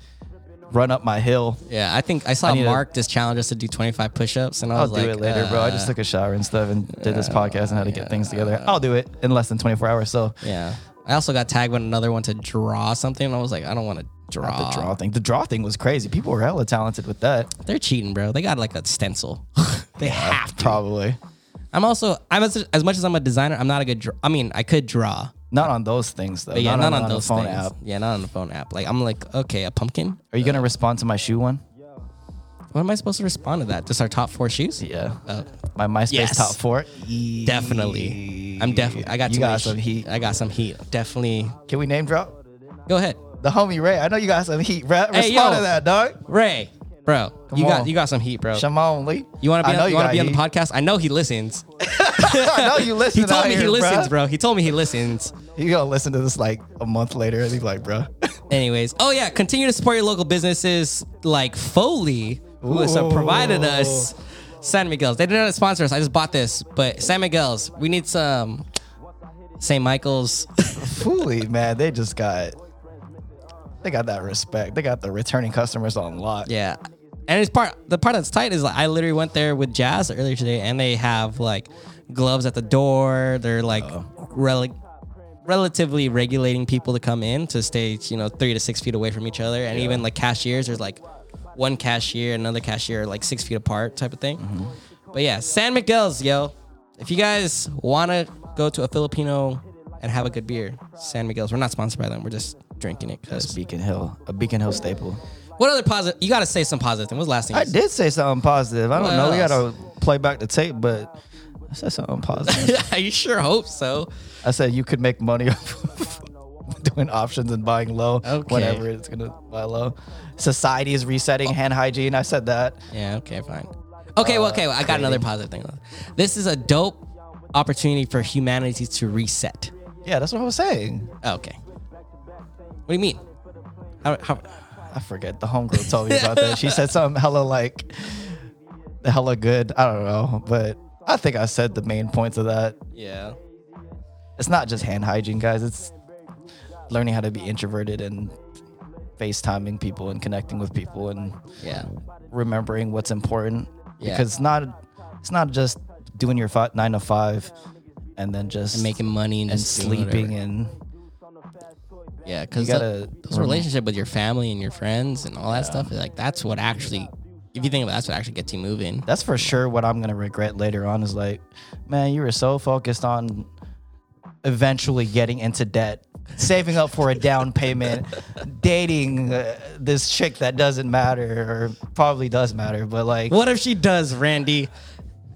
S3: run up my hill.
S2: Yeah, I think I saw
S3: need to-
S2: Mark just challenge us to do 25 push-ups, and I
S3: I'll
S2: was
S3: do
S2: like,
S3: it later, bro. I just
S2: uh,
S3: took a shower and stuff and did this podcast and how to get things together. I'll do it in less than 24 hours. So
S2: Yeah. I also got tagged with another one to draw something. And I was like, I don't want to draw.
S3: the draw thing. The draw thing was crazy. People were hella talented with that.
S2: They're cheating, bro. They got like a stencil. they have to.
S3: Probably.
S2: I'm also, I'm as, as much as I'm a designer, I'm not a good draw. I mean, I could draw.
S3: Not on those things though.
S2: But yeah,
S3: not,
S2: not,
S3: on,
S2: on,
S3: on
S2: those
S3: the phone
S2: things.
S3: app.
S2: Yeah, not on the phone app. Like, I'm like, okay, a pumpkin?
S3: Are you gonna respond to my shoe one?
S2: What am I supposed to respond to that? Just our top four shoes?
S3: Yeah.
S2: Oh,
S3: my MySpace
S2: yes.
S3: top four.
S2: definitely. I'm definitely, I got,
S3: You
S2: too
S3: got
S2: many
S3: some
S2: sh-
S3: heat.
S2: I got some heat. Definitely.
S3: Can we name drop?
S2: Go ahead.
S3: The homie Ray. I know you got some heat, bro. Respond
S2: Hey, yo.
S3: to that, dog.
S2: Ray, bro,
S3: Come
S2: you
S3: on.
S2: got you got some heat, bro.
S3: Shamon Lee.
S2: you want to
S3: I
S2: be,
S3: know
S2: on, you wanna
S3: got
S2: be on the
S3: heat.
S2: podcast? I know he listens.
S3: I know you listen.
S2: He told
S3: out
S2: me he
S3: here,
S2: listens,
S3: bruh.
S2: bro. He told me he listens.
S3: You gonna listen to this like a month later and he's like, bro.
S2: Anyways, oh yeah, continue to support your local businesses like Foley, who has uh, provided us San Miguel's. They didn't sponsor us. I just bought this, but San Miguel's. We need some St. Michael's.
S3: Fully, man. They just got. They got that respect. They got the returning customers on lock.
S2: yeah, and it's part. The part that's tight is like I literally went there with Jazz earlier today, and they have like gloves at the door. They're like rel- relatively regulating people to come in to stay, you know, three to six feet away from each other, and even like cashiers. There's like one cashier, another cashier, like six feet apart, type of thing. But yeah, San Miguel's, yo. If you guys wanna go to a Filipino and have a good beer, San Miguel's. We're not sponsored by them. We're just drinking it. 'cause-
S3: That's Beacon Hill, a Beacon Hill staple.
S2: What other positive? You gotta say some positive thing. What's the last thing? you
S3: I did say something positive. I don't
S2: What
S3: know. We
S2: else?
S3: gotta play back the tape, but I said something positive.
S2: I sure hope so.
S3: I said you could make money off of doing options and buying low
S2: Okay. Oh.
S3: whenever it's gonna buy low. Society is resetting hand hygiene. I said that.
S2: Yeah, okay, fine. Okay,
S7: Uh,
S2: well, okay, well, I got another positive thing. This is a dope opportunity for humanity to reset.
S3: Yeah, that's what I was saying.
S2: Okay. What do you mean? How, how,
S3: I forget. The homegirl told me about that. She said something hella like hella good. I don't know, but I think I said the main points of that.
S2: yeah.
S3: It's not just hand hygiene, guys. It's learning how to be introverted and FaceTiming people and connecting with people and
S2: Yeah.
S3: remembering what's important
S2: Yeah.
S3: because it's not it's not just doing your fi- nine to five and then just
S7: and making money and,
S3: and
S7: just doing whatever.
S3: sleeping and
S7: yeah, because
S3: you gotta
S7: those
S3: rem-
S7: relationship with your family and your friends and all that stuff, like that's what actually, if you think about, it, that's what actually gets you moving.
S3: that's for sure what I'm gonna regret later on is like, man, you were so focused on eventually getting into debt, saving up for a down payment, dating uh, this chick that doesn't matter or probably does matter, but like,
S2: What if she does, Randy?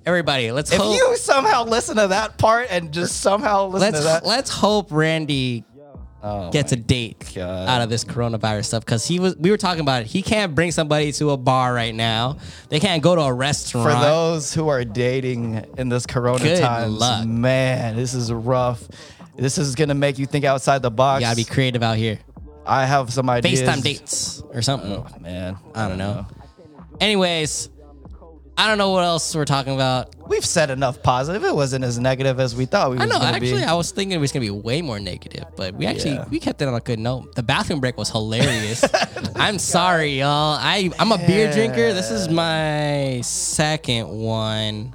S2: Everybody, let's
S3: if
S2: hope.
S3: you somehow listen to that part and just somehow listen to
S2: let's
S3: that,
S2: let's hope Randy
S3: oh
S2: gets a date
S3: God.
S2: out of this coronavirus stuff because he was. We were talking about it. He can't bring somebody to a bar right now. They can't go to a restaurant.
S3: for those who are dating in this corona
S2: Good
S3: times,
S2: luck.
S3: man, this is rough. This is gonna make you think outside the box.
S2: you gotta be creative out here.
S3: I have some ideas.
S2: FaceTime dates or something.
S3: man.
S2: I don't know. Anyways, I don't know what else we're talking about.
S3: We've said enough positive. It wasn't as negative as we thought we
S2: I
S3: was
S2: know.
S3: gonna
S2: Actually,
S3: be.
S2: I was thinking it was gonna be way more negative, but we actually
S3: Yeah.
S2: we kept it on a good note. The bathroom break was hilarious. I'm sorry, y'all. I I'm a beer drinker. This is my second one.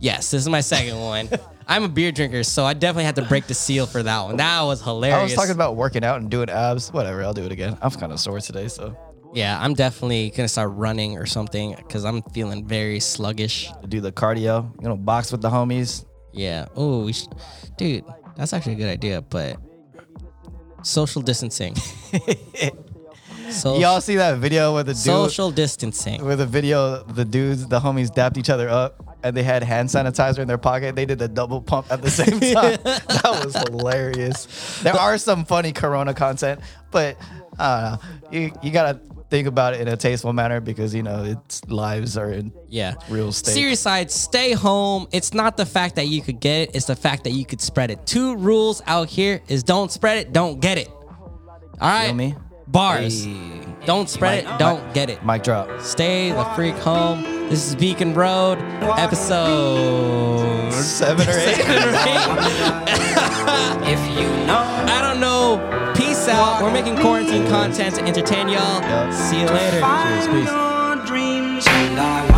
S2: Yes, this is my second one. I'm a beer drinker, so I definitely had to break the seal for that one. That was hilarious.
S3: I was talking about working out and doing abs. Whatever, I'll do it again. I'm kind of sore today, so
S2: Yeah, I'm definitely gonna start running or something because I'm feeling very sluggish.
S3: do the cardio. You know, box with the homies.
S2: Yeah. Oh, we should, dude, that's actually a good idea, but social distancing. so,
S3: Y'all see that video with the dude
S2: social distancing.
S3: with the video the dudes the homies dapped each other up and they had hand sanitizer in their pocket. They did the double pump at the same time. that was hilarious. There are some funny corona content, but I don't know. You you gotta think about it in a tasteful manner because you know it's lives are in
S2: Yeah.
S3: real state.
S2: Serious side, stay home. It's not the fact that you could get it, it's the fact that you could spread it. Two rules out here is don't spread it, don't get it. All right.
S3: Feel me?
S2: Bars.
S3: Hey.
S2: Don't spread it, don't get it.
S3: Mic drop.
S2: Stay the freak home. This is Beacon Road, episode
S3: Seven or eight.
S1: If you know
S2: I don't know. Peace out. We're making quarantine content to entertain y'all. See you later.
S1: I know dreams and I